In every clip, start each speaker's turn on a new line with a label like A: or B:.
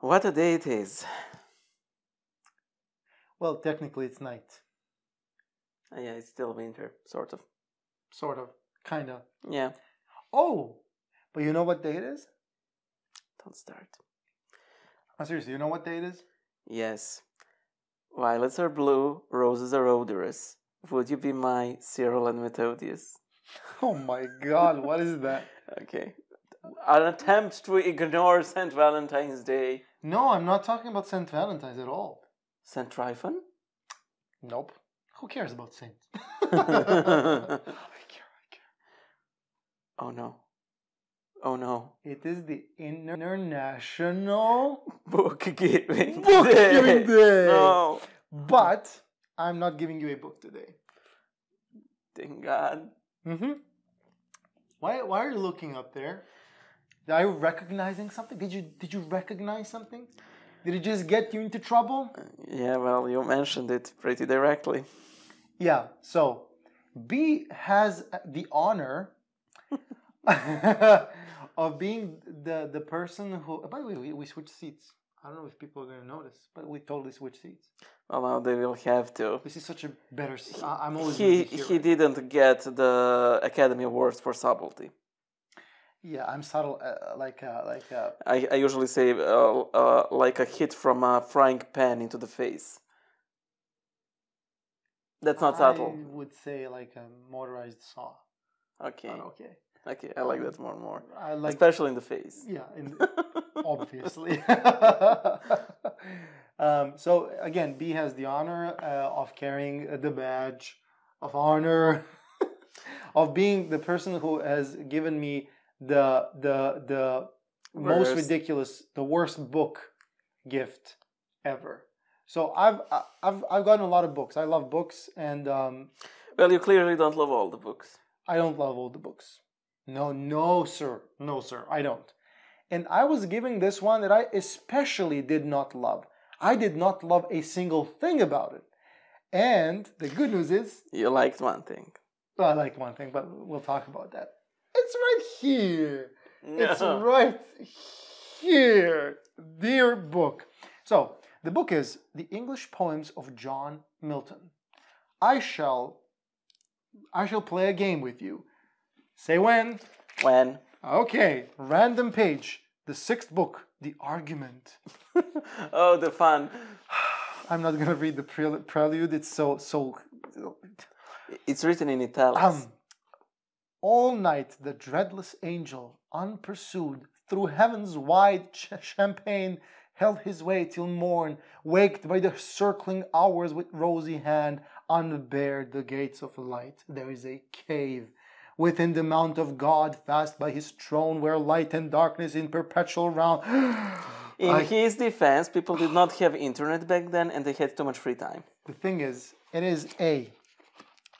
A: What a day it is.
B: Well, technically it's night.
A: Uh, Yeah, it's still winter, sort of.
B: Sort of. Kind of.
A: Yeah,
B: Oh! But you know what day it is?
A: don't start.
B: Oh, seriously, you know what day it is?
A: Yes. Violets are blue, roses are odorous. Would you be my Cyril and Methodius?
B: Oh my god, what is that?
A: Okay. An attempt to ignore St. Valentine's Day.
B: No, I'm not talking about St. Valentine's at all.
A: St. Trifon?
B: Nope. Who cares about saints?
A: oh
B: I care, I care.
A: no. Oh no.
B: It is the International
A: Book giving.
B: Book Giving
A: day.
B: Day!
A: No.
B: But I'm not giving you a book today.
A: Thank God.
B: Mm-hmm. Why, why are you looking up there? Are you recognizing something? Did you did you recognize something? Did it just get you into trouble?
A: Yeah, well, you mentioned it pretty directly.
B: Yeah. So B has the honor of being the the person who. By the way, we, we switched seats. I don't know if people are gonna notice, but we totally switched seats.
A: Well, now they will have to.
B: This is such a better. se- I, am always.
A: He
B: gonna be here,
A: he
B: right?
A: didn't get the Academy Awards for subtlety.
B: Yeah, I'm subtle, uh, like uh, like uh,
A: I, I usually say uh, uh, like a hit from a frying pan into the face. That's not subtle.
B: I would say like a motorized saw.
A: Okay,
B: But okay.
A: okay, I like that more and more,
B: I like.
A: especially in the face.
B: yeah, in, obviously. um, so again, B has the honor uh, of carrying the badge of honor of being the person who has given me the the the most
A: Worst.
B: ridiculous, the worst book gift ever. So I've I- I've I've gotten a lot of books. I love books, and um,
A: Well, you clearly don't love all the books.
B: I don't love all the books. No, no, sir. No, sir. I don't. And I was giving this one that I especially did not love. I did not love a single thing about it. And the good news is,
A: You liked one thing.
B: well, I like one thing, but we'll talk about that. It's right here. It's
A: No.
B: right here. Dear book. So, the book is The English Poems of John Milton. I shall I shall play a game with you. Say when?
A: When?
B: Okay, random page. The sixth book, The Argument.
A: oh, the fun!
B: I'm not going to read the prel- prelude. It's so so
A: It's written in italics.
B: Um, all night the dreadless angel, unpursued, through heaven's wide ch- champaign, held his way till morn, waked by the circling hours with rosy hand, unbared the gates of light. There is a cave within the mount of God, fast by his throne, where light and darkness in perpetual round.
A: in
B: I-
A: his defense, people did not have internet back then, and they had too much free time.
B: The thing is, it is a,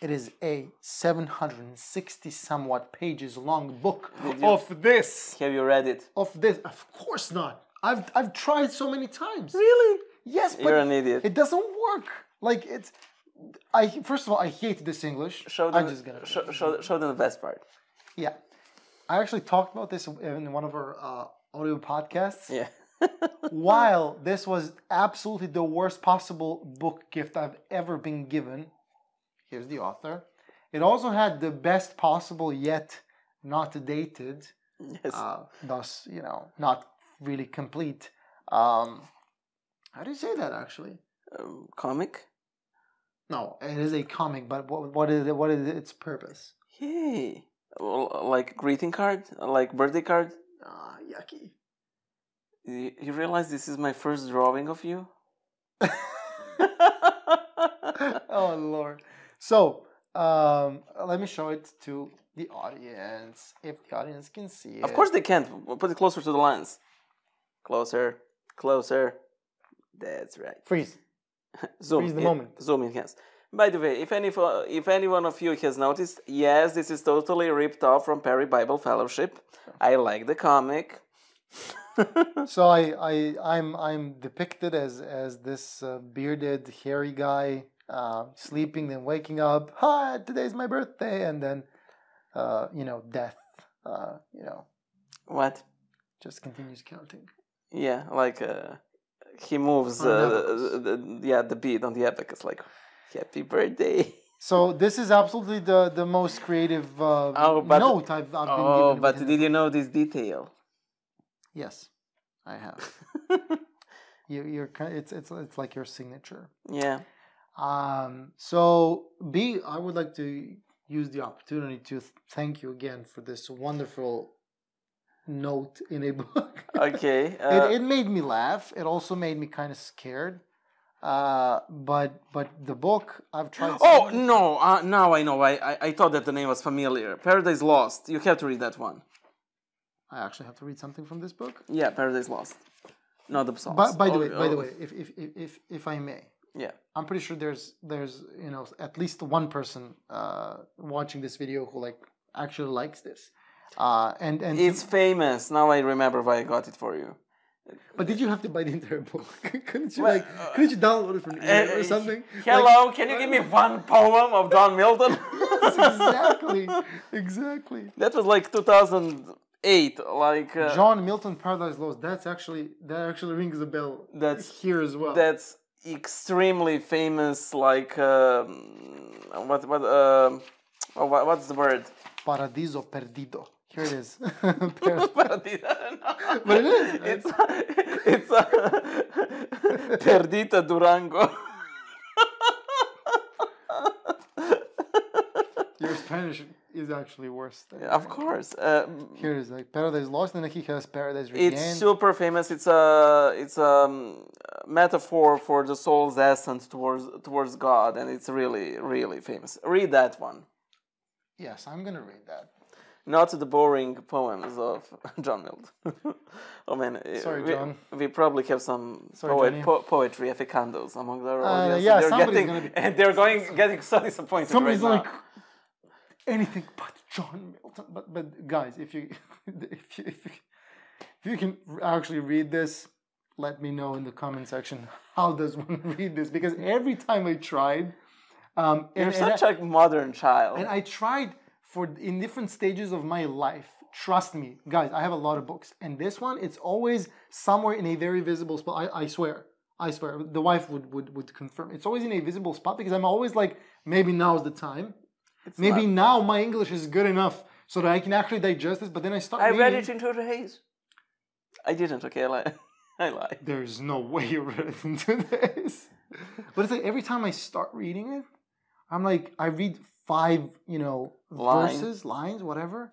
B: it is a 760 somewhat pages long book
A: you-
B: of this,
A: Have you read it?
B: of this. Of course not. I've I've tried so many times.
A: Really?
B: Yes, but
A: You're an idiot.
B: it doesn't work. Like it's, I first of all I hate this English.
A: Show
B: I
A: them,
B: just gotta
A: show, show, show them the best part.
B: yeah. I actually talked about this in one of our uh, audio podcasts.
A: Yeah.
B: while this was absolutely the worst possible book gift I've ever been given, here's the author. It also had the best possible yet not dated,
A: yes.
B: uh, thus, you know, not really complete. Um, how do you say that actually?
A: um, comic.
B: No, it is a comic, but what, what is it, what is its purpose?
A: Hey. Well, like greeting card, like birthday card.
B: Ah, yucky.
A: You, you realize this is my first drawing of you?
B: oh lord so um let me show it to the audience if the audience can see it
A: Of course they can't. We'll Put it closer to the lens. Closer. Closer. That's right.
B: freeze
A: Zoom.
B: Freeze the
A: in-
B: moment.
A: Zoom in, yes. By the way, if any fo- if any one of you has noticed, yes, this is totally ripped off from Perry Bible Fellowship. I like the comic.
B: So I, I I'm I'm depicted as as this uh, bearded hairy guy uh, sleeping and waking up. Hi, today's my birthday, and then uh, you know death. Uh, you know,
A: what?
B: just continues counting.
A: Yeah, like uh, he moves.
B: On an
A: Uh,
B: abacus.
A: the, the- yeah, the beat on the abacus, like happy birthday.
B: So this is absolutely the the most creative uh,
A: Oh, but-
B: note I've, I've been given.
A: Oh,
B: with
A: but
B: him.
A: did you know this detail?
B: yes, I have. you, you're ki- it's it's it's like your signature.
A: yeah.
B: Um, so B, I would like to use the opportunity to th- thank you again for this wonderful note in a book.
A: Okay. Uh,
B: it, it made me laugh. It also made me kind of scared. Uh, but but the book I've tried. so
A: oh
B: many-
A: no! Uh, now I know. I, I I thought that the name was familiar. Paradise Lost. You have to read that one.
B: I actually have to read something from this book.
A: Yeah, Paradise Lost. Not the songs.
B: But by the
A: Oh,
B: way, by the
A: oh,
B: way, if if if if, if I may,
A: Yeah.
B: I'm pretty sure there's there's you know at least one person uh, watching this video who like actually likes this. Uh, and and
A: It's famous. Now I remember why I got it for you.
B: but did you have to buy the entire book? couldn't you
A: Well,
B: like couldn't you download it from
A: Uh,
B: internet or something? Like,
A: Hello, can you give me one poem of John Milton?
B: exactly, exactly.
A: That was like 2008. Like uh,
B: John Milton Paradise Lost. That's actually that actually rings a bell.
A: That's-
B: here as well.
A: that's extremely famous. Like um, what what um, oh, what what's the word?
B: Paradiso Perdido. Here it is. Paradise-
A: but
B: it is, right?
A: It's it's uh, Perdita Durango.
B: Your Spanish is actually worse. Than
A: of course. Uh,
B: Here it is like Paradise Lost, and he has Paradise Regained.
A: It's super famous. It's a it's a um, metaphor for the soul's essence towards towards God, and it's really really famous. Read that one,
B: Yes, I'm gonna read that.
A: not the boring poems of John Milton. oh man, eh,
B: Sorry,
A: we,
B: John.
A: We probably have some
B: Sorry,
A: poet,
B: Johnny. Uh,
A: po- poetry aficandos among our audience. and
B: yeah,
A: they're
B: somebody's
A: getting,
B: gonna be-
A: and they're going getting so disappointed
B: Somebody's
A: right
B: like anything but John Milton. But but guys, if you if you if you, if you can actually read this, let me know in the comment section how does one read this because every time I tried, um,
A: now.
B: and,
A: You're
B: and I-
A: such a modern child.
B: And I tried for in different stages of my life. Trust me, guys, I have a lot of books. And this one, it's always somewhere in a very visible spot. I, I swear. I swear. The wife would, would would confirm. It's always in a visible spot because I'm always like, maybe now's the time. maybe now my English is good enough so that I can actually digest this. But then I start
A: I
B: reading.
A: read it in two days. I didn't. Okay, I lied. I lied.
B: There's no way you read it in two days. But it's like every time I start reading it, I'm like, I read five, you know,
A: Line.
B: verses, lines, whatever.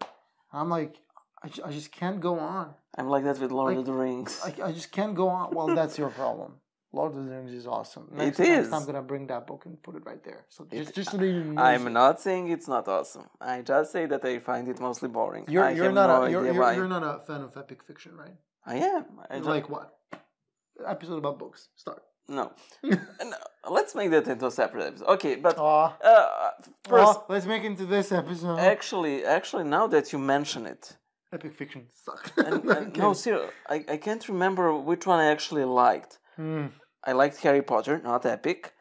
B: I'm like, I, ju- I just can't go on.
A: I'm like that with Lord of the Rings.
B: I, I just can't go on. Well, that's your problem. Lord of the Rings is awesome. Next,
A: It
B: next
A: is.
B: I'm gonna bring that book and put it right there. So just, just so that you know.
A: I'm not saying it's not awesome. I just say that I find it mostly boring.
B: You're,
A: I
B: you're
A: have
B: not
A: no
B: a, you're,
A: idea
B: you're,
A: why.
B: you're not a fan of epic fiction, right?
A: I am. I just,
B: Like what? Episode about books. Start.
A: no. no. Let's make that into a separate episode. Okay, but
B: Ah.
A: uh, first,
B: Oh, let's make into this episode.
A: actually, actually, now that you mention it,
B: Epic fiction sucked.
A: and, and, no, seriously, I, I can't remember which one I actually liked.
B: Mm.
A: I liked Harry Potter, not Epic.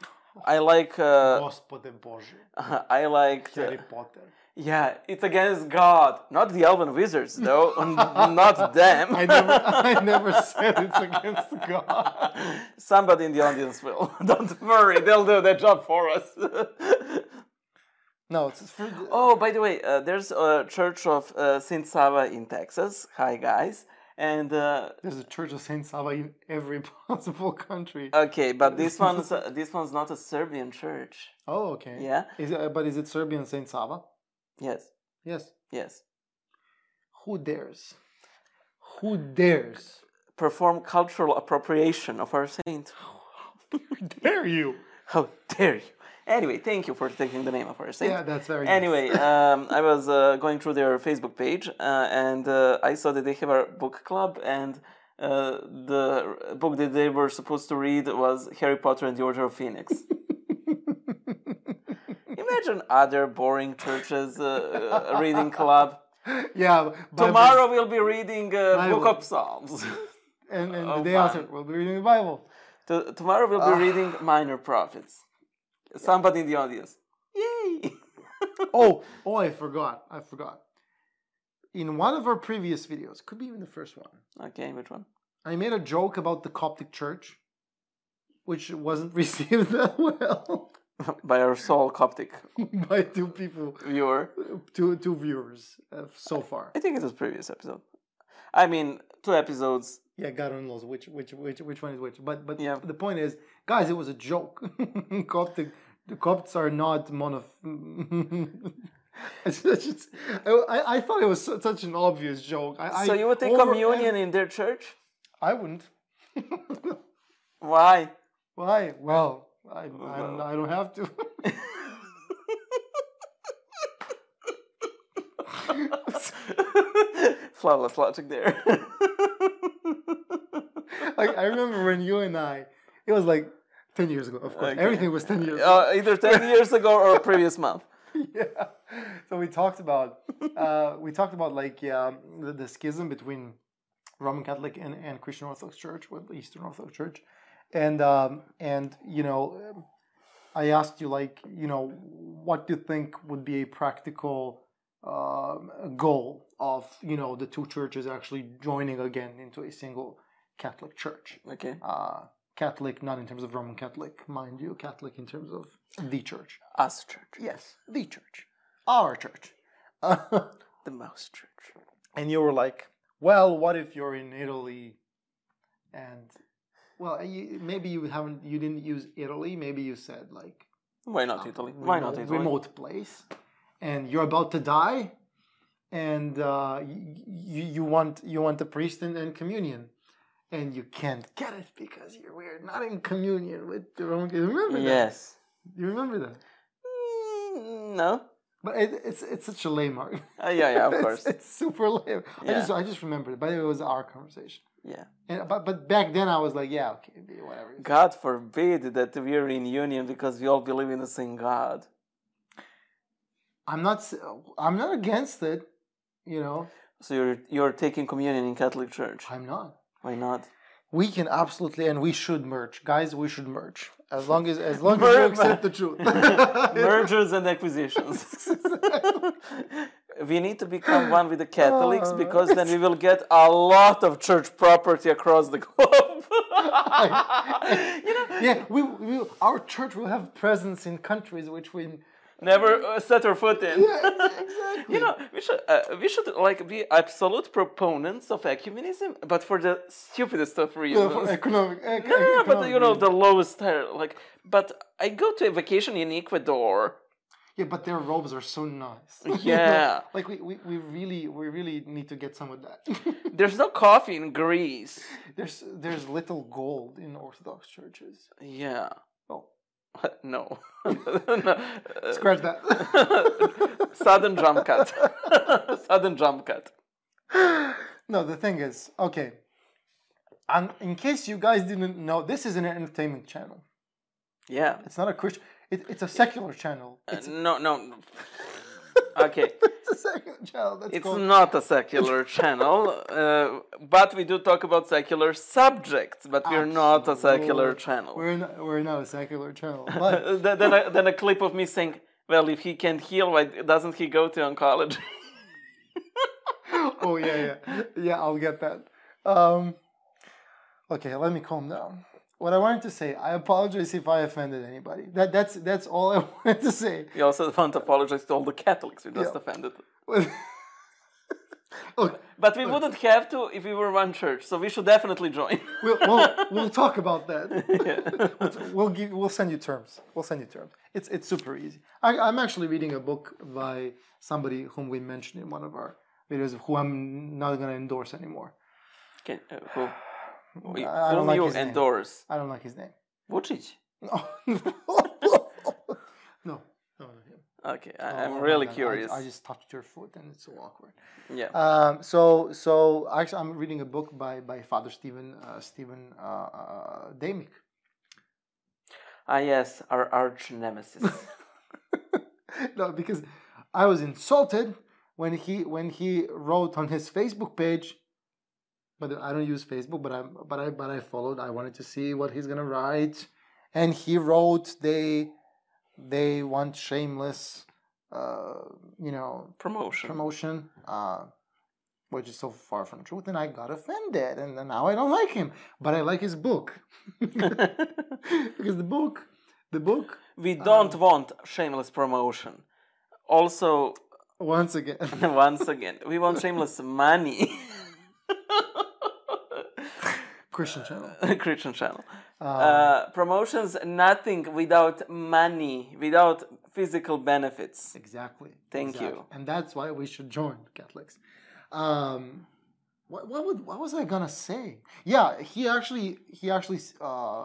A: I like. Uh,
B: Господи Боже,
A: I liked. uh,
B: Harry Potter.
A: Yeah, it's against God, not the elven wizards, though, n- not them.
B: I never, I never said it's against God.
A: Somebody in the audience will. Don't worry, they'll do their job for us.
B: No, it's for the,
A: oh, by the way, uh, there's a church of uh, Saint Sava in Texas. Hi, guys. And uh,
B: there's a Church of Saint Sava in every possible country.
A: okay, but this one's uh, this one's not a Serbian church.
B: oh, okay.
A: Yeah.
B: Is it, uh, but is it Serbian Saint Sava?
A: Yes.
B: Yes.
A: Yes.
B: Who dares? Who dares?
A: Perform cultural appropriation of our saint.
B: Who dare you?
A: How dare you? Anyway, thank you for taking the name of our saint.
B: Yeah, that's very. nice.
A: Anyway, um, I was uh, going through their Facebook page uh, and uh, I saw that they have a book club, and uh, the book that they were supposed to read was Harry Potter and the Order of Phoenix. Imagine other boring churches uh, uh, reading club.
B: yeah. Bible.
A: Tomorrow we'll be reading uh,
B: Bible.
A: Book of Psalms.
B: and, and
A: Oh,
B: the day
A: fine.
B: after we'll be reading the Bible.
A: T- tomorrow we'll
B: Ah.
A: be reading Minor Prophets. Somebody in the audience. Yay!
B: Oh, oh, I forgot. I forgot. In one of our previous videos, could be even the first one,
A: Okay, which one?
B: I made a joke about the Coptic Church, which wasn't received that well
A: By our sole Coptic
B: by two people,
A: viewer.
B: two two viewers uh, so far.
A: I think it was previous episode. I mean, two episodes.
B: Yeah, God only knows which which which which one is which. But but
A: Yeah.
B: the point is, guys, it was a joke. Coptic the Copts are not mono. It's just- I- I, I thought it was su- such an obvious joke. I,
A: so
B: I
A: you would take
B: over-
A: communion in their church?
B: I wouldn't.
A: Why?
B: Why? Well, I I'm,
A: Oh, Well.
B: I don't have to.
A: Flawless logic there.
B: like I remember when you and I, it was like ten years ago. Of course,
A: Okay.
B: everything was ten years. ago.
A: uh, either 10 years ago or previous month.
B: yeah. So we talked about uh, we talked about like yeah, the, the schism between Roman Catholic and, and Christian Orthodox Church, with the Eastern Orthodox Church, and um, and you know, um, I asked you like you know what do you think would be a practical um, goal of you know the two churches actually joining again into a single Catholic Church.
A: Okay.
B: Uh, Catholic, not in terms of Roman Catholic, mind you, Catholic in terms of the church.
A: Us church.
B: Yes, the church, our church. and
A: The mouse church.
B: you were like, well, what if you're in Italy? And well, you, maybe you haven't, you didn't use Italy. Maybe you said like
A: Why not
B: um,
A: Italy? Why not
B: remote-
A: Italy?
B: Remote place, and you're about to die, and uh, you, you want you want the priest and, and communion, and you can't get it because you're we're not in communion with the Roman. You remember that?
A: Yes.
B: You remember that?
A: Mm, no.
B: But it, it's it's such a lame argument.
A: Uh, yeah, yeah, of
B: it's,
A: course.
B: It's super lame. I
A: Yeah.
B: just I just remembered it, but it was our conversation.
A: Yeah.
B: And but but back then I was like, yeah, okay, whatever.
A: God forbid that we are in union because we all believe in the same God.
B: I'm not s- I'm not against it, you know.
A: So you're you're taking communion in Catholic Church.
B: I'm not.
A: Why not?
B: We can absolutely and we should merge, guys. We should merge as long as as long as
A: Mer-
B: you accept the truth.
A: Mergers and acquisitions. we need to become one with the Catholics
B: Oh.
A: because then we will get a lot of church property across the globe. you know,
B: yeah, we, we our church will have presence in countries which we
A: never uh, set our foot in.
B: exactly.
A: You know, we should uh, we should like be absolute proponents of ecumenism, but for the stupidest of reasons.
B: for economic, ec-
A: Yeah, yeah, but
B: economic
A: you know
B: reasons.
A: the lowest tier. Like, but I go to a vacation in Ecuador.
B: Yeah, but their robes are so nice.
A: Yeah.
B: like we, we, we really we really need to get some of that.
A: There's no coffee in Greece.
B: there's there's little gold in Orthodox churches.
A: Yeah.
B: Oh.
A: no. No. Uh,
B: Scratch that.
A: sudden jump cut. sudden jump cut.
B: no, the thing is, okay. And in case you guys didn't know, this is an entertainment channel.
A: Yeah.
B: It's not a Christian. It, it's a secular channel.
A: Uh, no, no. Okay.
B: it's a secular channel. That's
A: It's
B: called.
A: not a secular channel, uh, but we do talk about secular subjects, but we're not a secular channel.
B: We're not, we're not a secular channel, but
A: Uh, th- then, a, then a clip of me saying, "Well, if he can't heal, why doesn't he go to oncology?"
B: oh yeah, yeah, yeah. I'll get that. Um, okay, let me calm down. What I wanted to say, I apologize if I offended anybody. That that's that's all I wanted to say.
A: we also want to apologize to all the Catholics we just
B: Yeah.
A: offended.
B: Look,
A: But we wouldn't have to if we were one church, so we should definitely join.
B: we'll, we'll we'll talk about that.
A: Yeah.
B: We'll give we'll send you terms. We'll send you terms. It's it's super easy. I, I'm actually reading a book by somebody whom we mentioned in one of our videos, who I'm not gonna endorse anymore.
A: Can, uh, who, we,
B: I- I don't
A: whom
B: like
A: you
B: his name.
A: endorse?
B: I don't like his name.
A: Vucic.
B: No. no, no, no.
A: Okay, I,
B: Oh
A: I'm
B: my
A: really
B: God, I-
A: curious.
B: I, just touched your foot, and it's so awkward.
A: yeah.
B: Um, so, so actually, I'm reading a book by by Father Stephen uh, Stephen uh, uh, Damick.
A: ah, yes, our arch nemesis.
B: no, because I was insulted when he when he wrote on his Facebook page, but I don't use Facebook, but I but I but I followed. I wanted to see what he's gonna write, and he wrote they they want shameless, uh, you know,
A: Promotion.
B: promotion, uh, which is so far from truth. And I got offended, and then now I don't like him, but I like his book because the book, the book,
A: we
B: Um,
A: don't want shameless promotion. Also,
B: once again,
A: once again, we want shameless money.
B: Christian channel.
A: Christian channel.
B: Uh,
A: Uh, promotions, nothing without money, without physical benefits.
B: Exactly.
A: Thank
B: Exactly.
A: you.
B: And that's why we should join Catholics. Um, what, what, would, what was I gonna say? Yeah, he actually he actually uh,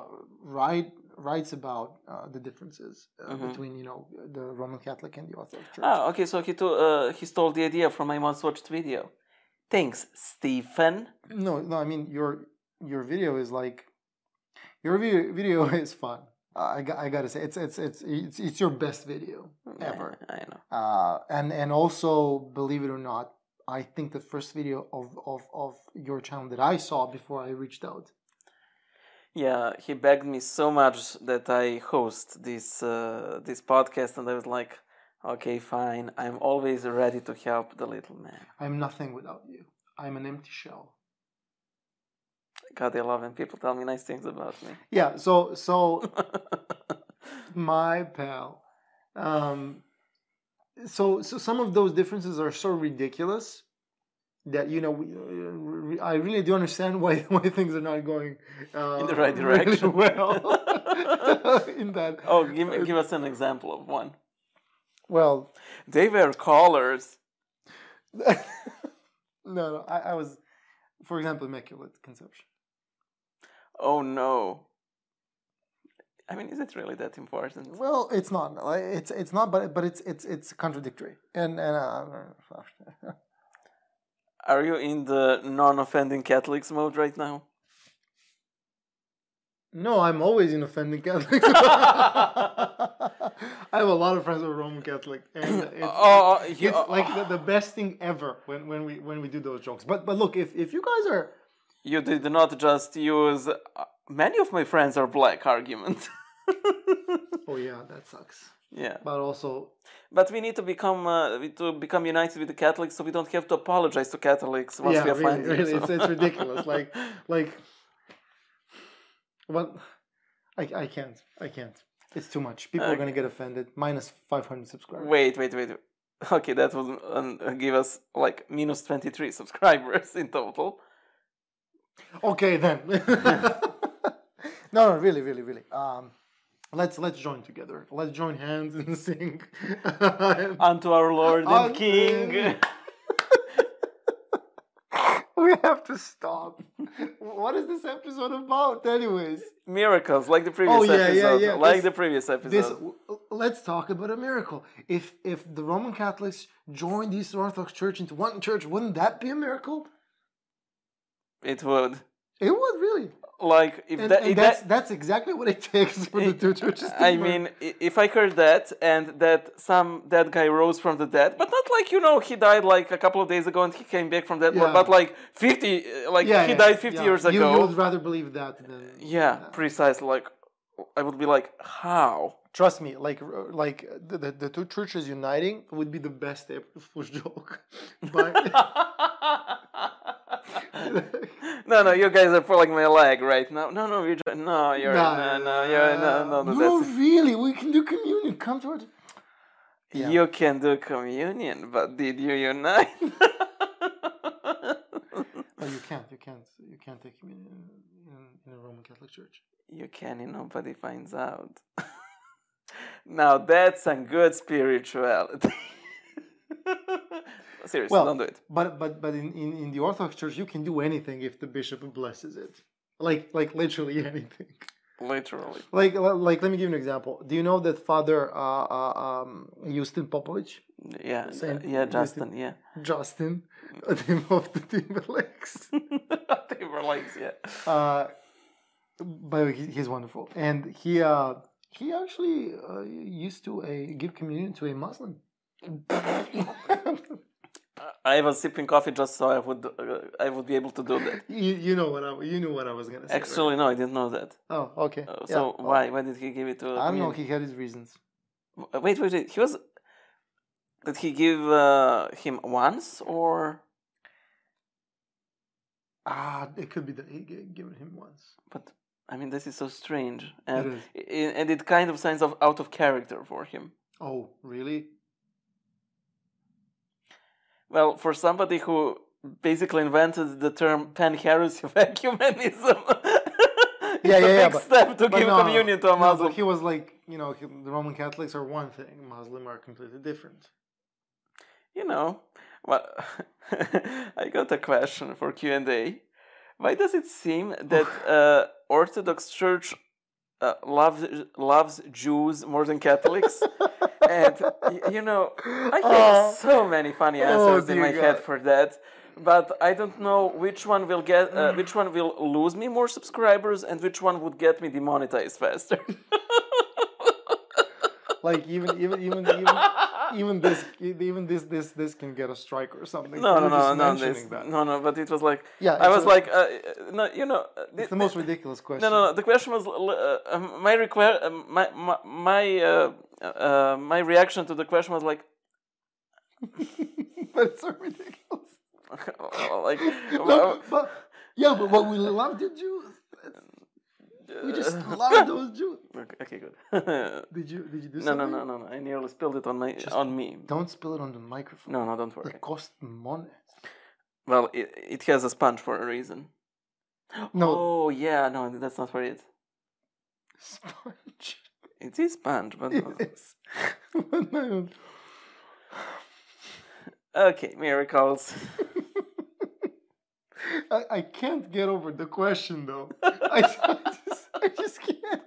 B: write, writes about uh, the differences uh,
A: Mm-hmm.
B: between you know the Roman Catholic and the Orthodox Church.
A: Ah, okay, so he, to, uh, he stole the idea from my once watched video. Thanks, Stephen.
B: No, no, I mean your your video is like your video, video is fun. Uh, I, got, I gotta say it's it's it's it's, it's your best video ever.
A: I, I know.
B: uh, and and also believe it or not i think the first video of, of of your channel that i saw before i reached out
A: Yeah, he begged me so much that I host this uh, this podcast, and I was like, okay, fine. I'm always ready to help the little man.
B: i'm nothing without you i'm an empty shell
A: God, I love when people tell me nice things about me.
B: yeah so so my pal um so so some of those differences are so ridiculous that you know we, uh, i really do understand why why things are not going uh,
A: In the right
B: really
A: direction.
B: well in that
A: oh, give me, give us an example of one.
B: well
A: They wear collars.
B: no, no, I, I was, for example, immaculate conception.
A: Oh no. I mean, is it really that important?
B: Well, it's not. like, It's it's not, but but it's it's it's contradictory. And and uh,
A: Are you in the non-offending Catholics mode right now?
B: no, I'm always in offending Catholics. I have a lot of friends who are Roman Catholic, and it's,
A: Oh,
B: it's
A: you-
B: like the, the best thing ever when, when we when we do those jokes. But but look, if if you guys are
A: You did not just use. uh, Many of my friends are black. Argument.
B: oh yeah, that sucks.
A: yeah,
B: But also,
A: but we need to become uh, we- to become united with the Catholics, so we don't have to apologize to Catholics once
B: yeah,
A: we offend
B: really,
A: you,
B: really,
A: so.
B: it's, it's ridiculous. like, like, what? I, I can't. I can't. It's too much. People are gonna get offended. Minus five hundred subscribers.
A: Wait, wait, wait. Okay, that would um, give us like minus 23 subscribers in total.
B: Okay then. no, no, really, really, really. Um, let's let's join together. Let's join hands and sing.
A: Unto our Lord and
B: Unto-
A: King.
B: we have to stop. What is this episode about, anyways?
A: Miracles, like the previous
B: Oh, yeah, yeah,
A: episode.
B: yeah,
A: Like
B: this-
A: the previous episode.
B: this let's talk about a miracle if if the roman catholics joined the eastern orthodox church into one church wouldn't that be a miracle
A: It would.
B: it would really
A: Like, if
B: and,
A: that.
B: and
A: if
B: that's
A: that
B: that's exactly what it takes for the two churches to
A: I
B: merge.
A: mean, i- if I heard that and that some dead guy rose from the dead, but not like you know he died like a couple of days ago and he came back from that,
B: Yeah.
A: but like fifty, uh, like he died fifty
B: yeah.
A: years
B: You-
A: ago.
B: you would rather believe that than
A: Yeah, precisely. Like, I would be like, how?
B: trust me like like the, the, the two churches uniting would be the best April Fool's joke but
A: no, no, you guys are pulling my leg right now. No, no, you're just, no, you're no, no, you're no, no, no. That's,
B: really we can do communion come to it yeah.
A: You can do communion, but did you unite?
B: Oh, you can't. You can't. You can't take communion in, in, in a Roman Catholic church.
A: you can, and nobody finds out. now that's some good spirituality. Seriously,
B: Well,
A: don't do it.
B: But but but in, in, in the Orthodox Church, you can do anything if the bishop blesses it. Like like literally anything.
A: Literally.
B: Like like let me give you an example. Do you know that Father uh, uh, um, Justin Popovich,
A: Yeah.
B: Same.
A: Yeah, Justin, yeah.
B: Justin, the name of the Timberlakes?
A: they were like, yeah.
B: Uh, by the way, he- he's wonderful, and he uh, he actually uh, used to uh, give communion to a Muslim.
A: I was sipping coffee just so I would uh, I would be able to do that.
B: You, you know what I you knew what I was gonna say. right?
A: Actually, no, I didn't know that.
B: Oh, okay.
A: Uh,
B: Yeah.
A: So why why did he give it to?
B: I don't
A: me?
B: know. He had his reasons.
A: Uh, Wait, wait, wait. He was. Did he give uh, him once or?
B: Ah, it could be that he gave given him once.
A: But I mean, this is so strange,
B: It
A: and
B: is.
A: i- and it kind of signs of out of character for him.
B: Oh, really?
A: Well, for somebody who basically invented the term pan-heresy vacuumanism, it's
B: Yeah,
A: a
B: yeah, yeah,
A: big
B: but-
A: step to
B: But
A: give
B: no, no,
A: communion to a
B: no, but
A: Muslim.
B: he was like, you know, he, the Roman Catholics are one thing, Muslim are completely different.
A: you know well i got a question for q&a why does it seem that uh, orthodox church uh, loves loves jews more than catholics and y- you know i
B: Oh.
A: have so many funny
B: Oh,
A: answers in
B: dear
A: my head
B: God.
A: for that but i don't know which one will get uh,
B: Mm.
A: which one will lose me more subscribers and which one would get me demonetized faster
B: Like even even even even even this even this this this can get a strike or something.
A: no
B: for
A: no no
B: just
A: no
B: mentioning
A: this,
B: that.
A: no no but it was like
B: Yeah,
A: i
B: it's
A: was
B: a-
A: like uh, no you know uh,
B: it's
A: thi-
B: the most ridiculous question.
A: No, no, no. The question was l- l- uh, um, my request. Uh, my my my, uh, uh, my reaction to the question was like,
B: but it's so ridiculous.
A: like,
B: No, but, yeah, but what we love the Jews. We just love those Jews.
A: uh, okay, okay, good. no,
B: Did you did you do
A: no,
B: something?
A: no, no, no. I nearly spilled it on my on me.
B: Don't spill it on the microphone.
A: No, no, don't worry.
B: It costs money.
A: Well, it it has a sponge for a reason.
B: No
A: Oh yeah, no, that's not for it.
B: sponge.
A: It is sponge, but no.
B: Yes. But no.
A: okay, miracles.
B: I, I can't get over the question though. I, I just, I just can't.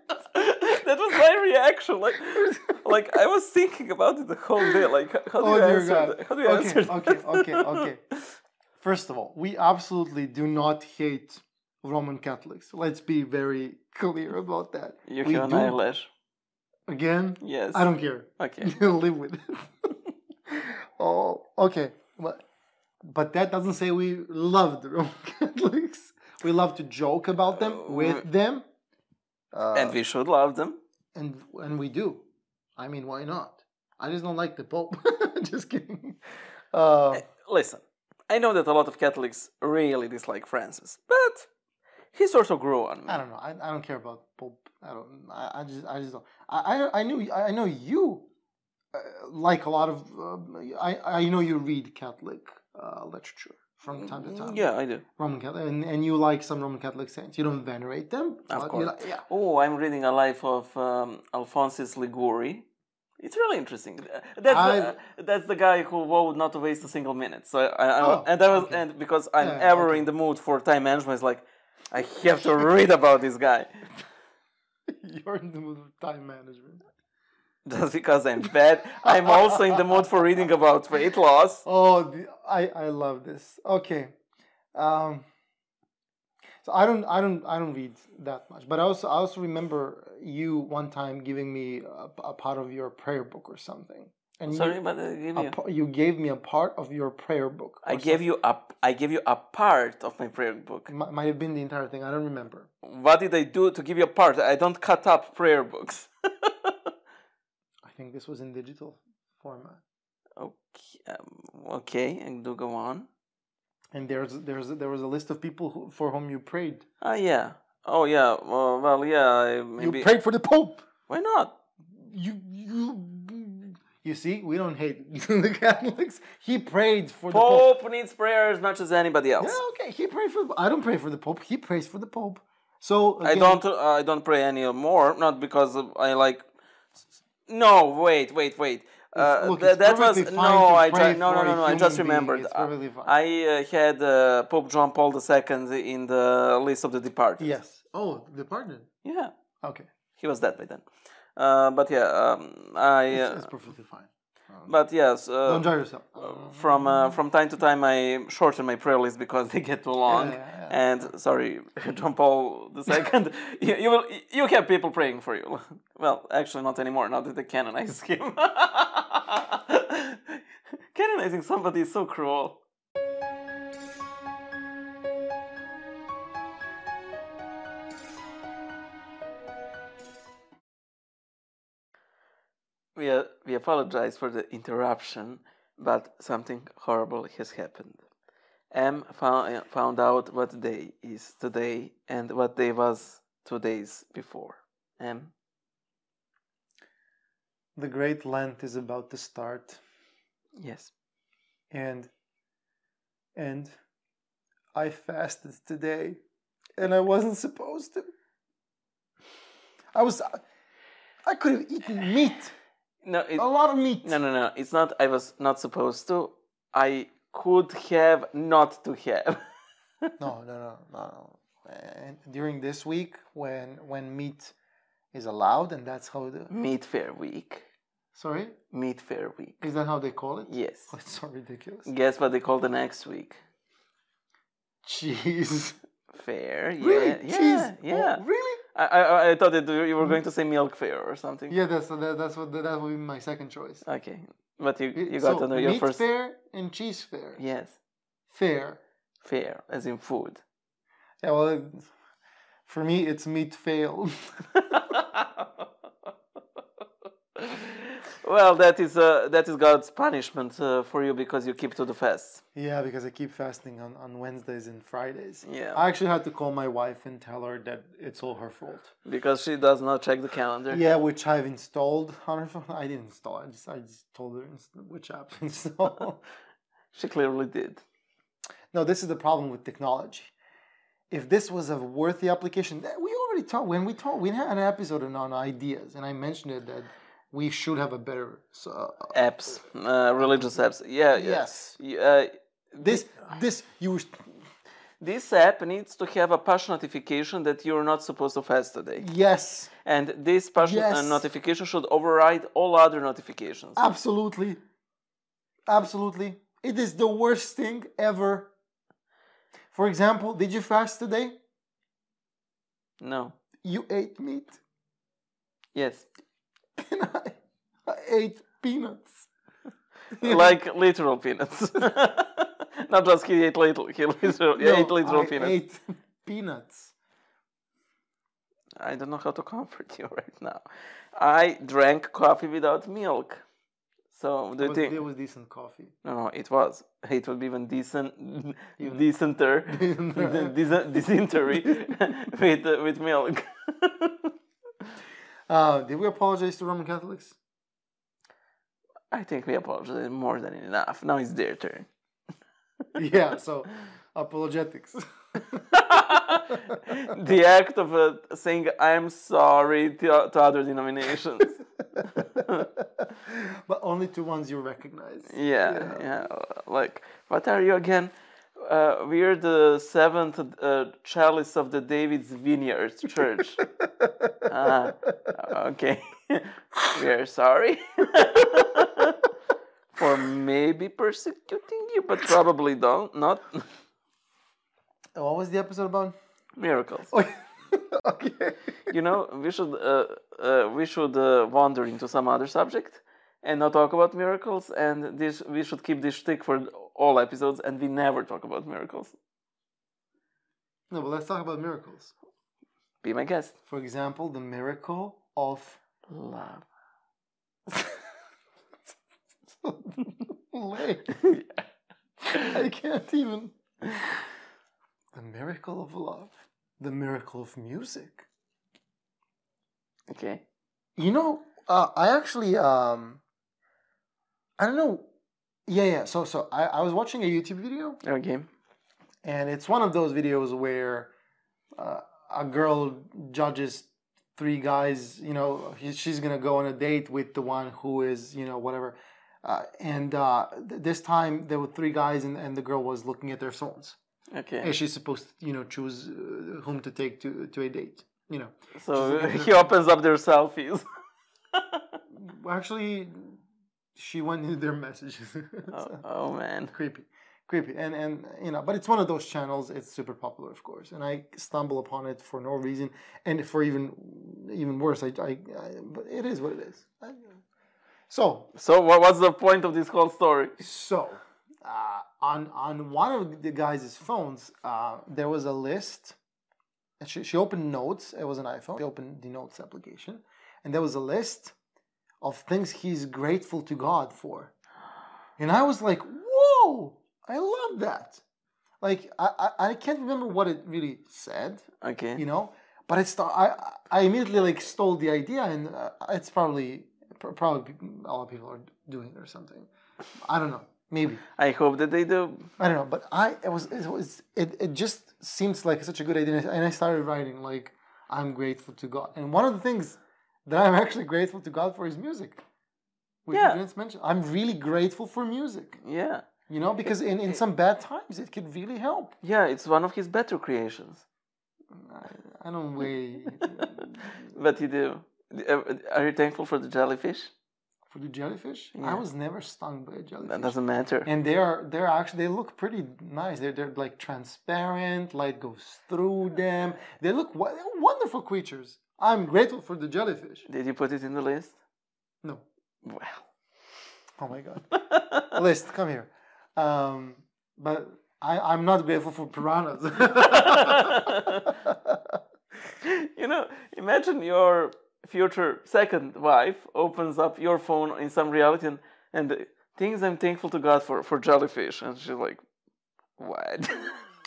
A: that was my reaction. Like, like I was thinking about it the whole day. Like, h- how do
B: Oh
A: you
B: dear
A: answer?
B: God.
A: That? How do you
B: okay,
A: answer?
B: okay,
A: that?
B: okay, okay. First of all, we absolutely do not hate Roman Catholics. Let's be very clear about that.
A: You
B: we
A: have an
B: do-
A: eyelash.
B: Again,
A: Yes.
B: I don't care.
A: Okay.
B: live with it. oh, okay. But, but that doesn't say we love the Roman Catholics. We love to joke about them, with them. Uh,
A: and we should love them.
B: and and we do. I mean, why not? I just don't like the Pope. just kidding. Uh,
A: Listen, I know that a lot of Catholics really dislike Francis, but he sort of grew on me.
B: I don't know. I, I don't care about Pope. I don't. I, I just I just don't. I I, I knew I I know you uh, like a lot of. Uh, I I know you read Catholic uh, literature from time to time.
A: Yeah, I do.
B: Roman Catholic, and, and you like some Roman Catholic saints. You don't venerate them. but you
A: course.
B: like- yeah.
A: Oh, I'm reading a life of um, Alphonsus Liguori. It's really interesting. Uh, That's
B: I've-
A: the, that's the guy who vowed not to waste a single minute. So I, I,
B: Oh,
A: and I was
B: okay.
A: and because I'm
B: Yeah,
A: ever
B: okay.
A: in the mood for time management, it's like I have to read about this guy
B: You're in the mood of time management.
A: just because I'm bad. I'm also in the mood for reading about weight loss.
B: Oh, the, I I love this. Okay, um, so I don't I don't I don't read that much, but I also I also remember you one time giving me a, a part of your prayer book or something. And
A: Sorry,
B: you,
A: but I gave
B: a
A: you.
B: pa- you gave me a part of your prayer book.
A: I
B: or
A: gave you a I gave you a part of my prayer book.
B: something. Mi- might have been the entire thing. I don't remember.
A: What did I do to give you a part? I don't cut up prayer books.
B: I think this was in digital format.
A: Okay, um, okay, and do go on.
B: And there's there's there was a list of people who, for whom you prayed.
A: Ah, yeah. Oh, yeah. Well, well yeah. I- Maybe.
B: You prayed for the Pope.
A: Why not?
B: You you you see, we don't hate the Catholics. He prayed for the Pope.
A: Pope needs prayer as much as anybody else.
B: Yeah, okay. He prayed for. The, I don't pray for the Pope. He prays for the Pope. So
A: I
B: again,
A: don't. Uh, I don't pray anymore. Not because of- I like. No, wait, wait, wait. Uh,
B: look,
A: th-
B: it's
A: that was
B: perfectly fine
A: no.
B: to
A: I
B: pray
A: ju- no,
B: for
A: no,
B: a
A: no, no. I
B: human
A: just
B: being.
A: remembered. uh,
B: It's perfectly fine.
A: I uh, had uh, Pope John Paul II in the list of the departed.
B: Yes. Oh, the pardon.
A: Yeah.
B: Okay,
A: He was dead by then. Uh, but yeah, um, I.
B: it's,
A: Uh,
B: it's perfectly fine.
A: but yes.
B: Don't Mm-hmm.
A: Uh,
B: enjoy yourself.
A: from uh, from time to time I shorten my prayer list because they get too long.
B: Yeah, yeah,
A: And sorry, John Paul II, you, you will you have people praying for you. Well, actually, not anymore. Now that they canonize him, Canonizing somebody is so cruel. We, uh, we apologize for the interruption, but something horrible has happened. M found, found out what day is today and what day was two days before. M,
B: The great Lent is about to start,
A: yes.
B: and and I fasted today, and I wasn't supposed to. I was. I could have eaten meat,
A: No, it,
B: a lot of meat.
A: no, no, no. It's not. I was not supposed to. I could have not to have.
B: No, no, no, no, no. And during this week, when when meat is allowed, and that's how the
A: Meat Fair Week.
B: sorry
A: Meat Fair Week.
B: is that how they call it?
A: Yes.
B: Oh, it's so ridiculous.
A: Guess what they call the next week?
B: Cheese.
A: Fair. Yeah.
B: Really?
A: Yeah.
B: Cheese. Oh,
A: Yeah.
B: really?
A: I, I I thought that you were going to say milk fair or something.
B: Yeah, that's that, that's what that would be my second choice.
A: Okay. But you
B: It-
A: you got
B: so
A: to know your
B: meat
A: first.
B: fair and cheese fair.
A: Yes.
B: Fair.
A: Fair, as in food.
B: Yeah, well, it- for me, it's meat fail.
A: well, that is uh, that is God's punishment uh, for you because you keep to the fast.
B: yeah, because I keep fasting on, on Wednesdays and Fridays.
A: Yeah.
B: I actually had to call my wife and tell her that it's all her fault.
A: Because she does not check the calendar.
B: Yeah, which I've installed on her phone. I didn't install. it, I just I just told her inst- which app to install.
A: She clearly did.
B: no, this is the problem with technology. If this was a worthy application, that- we already talked when we talked. We had an episode on, on ideas, and I mentioned it that we should have a better. So, uh,
A: Apps, uh, religious apps. Yeah. yeah.
B: yes,
A: Y- Uh,
B: this this you were-
A: this app needs to have a push notification that you're not supposed to fast today,
B: yes
A: and this push uh,
B: Yes. Uh,
A: notification should override all other notifications.
B: absolutely, absolutely. It is the worst thing ever. For example, did you fast today?
A: No.
B: You ate meat.
A: Yes.
B: and I, I ate peanuts.
A: like literal peanuts. Not just he ate little, he literal, he
B: No,
A: ate literal
B: I
A: peanuts.
B: ate peanuts.
A: I don't know how to comfort you right now. I drank coffee without milk. So do
B: It
A: you
B: was,
A: think?
B: it was decent coffee.
A: No, no, it was. It would be even decent, decenter,
B: Decenter.
A: dece- dysentery with uh, with milk.
B: Uh, did we apologize to Roman Catholics?
A: I think we apologize more than enough. Now it's their turn.
B: yeah, so apologetics.
A: the act of uh, saying "I'm sorry" to, to other denominations.
B: but only to ones you recognize.
A: yeah, yeah. uh, Like, what are you again? Uh, we're the seventh uh, chalice of the David's Vineyard Church. ah, okay. we're sorry for maybe persecuting you, but probably don't. Not
B: And What was the episode about?
A: miracles.
B: Oh, okay.
A: You know, we should uh, uh, we should uh, wander into some other subject and not talk about miracles. And this we should keep this shtick for all episodes, and we never talk about miracles.
B: No, but let's talk about miracles.
A: Be my guest.
B: For example, the miracle of
A: Love.
B: lay. I can't even. The miracle of love. The miracle of music.
A: Okay.
B: You know, uh, I actually, um, I don't know. Yeah, yeah. So, so I, I was watching a YouTube video,
A: Okay.
B: and it's one of those videos where uh, a girl judges three guys. You know, he, she's gonna go on a date with the one who is, you know, whatever. Uh, and uh, th- this time there were three guys, and, and the girl was looking at their phones.
A: Okay.
B: and she's supposed to you know choose uh, whom to take to to a date you know
A: So
B: She's looking
A: he opens up their selfies.
B: actually she went into their messages
A: oh,
B: So,
A: oh man.
B: creepy creepy and and you know but it's one of those channels it's super popular of course and i stumble upon it for no reason and for even even worse i i, I but it is what it is I, So,
A: So what, what's the point of this whole story?
B: so uh, on on one of the guys' phones, uh, there was a list. And She, she opened notes. It was an iPhone. She opened the notes application, and there was a list of things he's grateful to God for. And I was like, "Whoa! I love that!" Like I I, I can't remember what it really said,
A: Okay.
B: you know. But it's the- I I immediately like stole the idea, and uh, it's probably pr- probably a lot of people are doing it or something. I don't know. Maybe
A: I hope that they do.
B: I don't know. But I it was it was it, it just seems like such a good idea, and I started writing like I'm grateful to God, and one of the things that I'm actually grateful to God for is music. Which
A: Yeah.
B: you didn't mention. I'm really grateful for music,
A: Yeah.
B: you know, because in, in some bad times it could really help.
A: Yeah, it's one of his better creations.
B: I, I don't weigh
A: But you do. Uh, Are you thankful for the jellyfish?
B: for the jellyfish. I
A: Yeah.
B: was never stung by a jellyfish.
A: That doesn't matter.
B: and they are they're actually they look pretty nice. They're they're like transparent. Light goes through them. They look wo- they're wonderful creatures. I'm grateful for the jellyfish.
A: Did you put it in the list?
B: No,
A: Well.
B: oh my god. List, come here. Um, but I I'm not grateful for piranhas.
A: you know, imagine your future second wife opens up your phone in some reality and, and uh, things I'm thankful to God for for jellyfish, and she's like, what?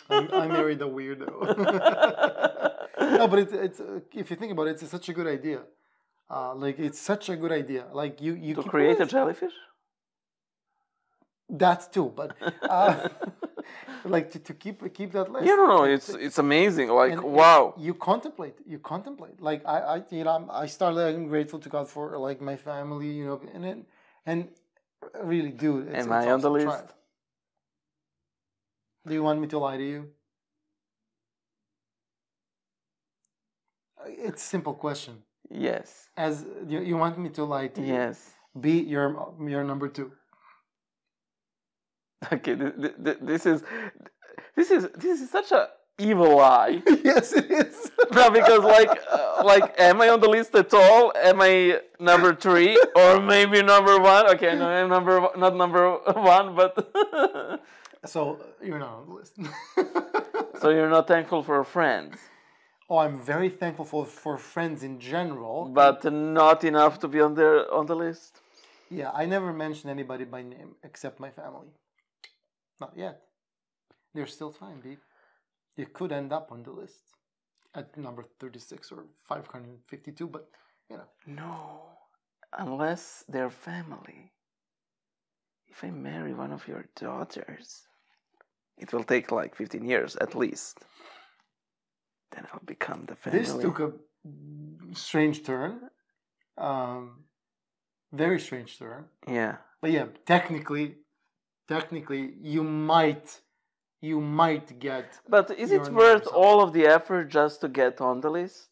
B: I, I married a weirdo. no, but it's, it's uh, if you think about it, it's such a good idea. Uh, like it's such a good idea. Like you you
A: to
B: keep-
A: create a jellyfish?
B: that too, but uh, like to, to keep keep that list.
A: Yeah, no, no, it's it's amazing. Like,
B: And-
A: wow.
B: You contemplate. You contemplate. Like I, I you know, I'm, I started. Like, I'm grateful to God for like my family. You know, and it, and really, dude. It's,
A: Am I on the
B: awesome. Try
A: list?
B: it. Do you want me to lie to you? It's a simple question.
A: Yes.
B: As you, you want me to lie to you?
A: Yes.
B: Be your your number two.
A: Okay, th- th- th- this is this is this is such a evil lie.
B: yes, it is.
A: No, because like uh, like am I on the list at all? Am I number three or maybe number one? Okay, no, I'm number o- not number one, but
B: So uh, you're not on the list.
A: so you're not thankful for friends,
B: oh, I'm very thankful for, for friends in general.
A: but not enough to be on there on the list.
B: yeah, I never mentioned anybody by name except my family. Not yet. There's still time, B. You could end up on the list at number 36 or 552, but you know.
A: No, unless they're family. If I marry one of your daughters, it will take like 15 years at least. Then I'll become the family.
B: This took a strange turn. Um, very strange turn.
A: yeah.
B: But yeah, technically, technically, you might, you might get
A: But is
B: You're
A: it
B: not
A: worth
B: yourself.
A: all of the effort just to get on the list?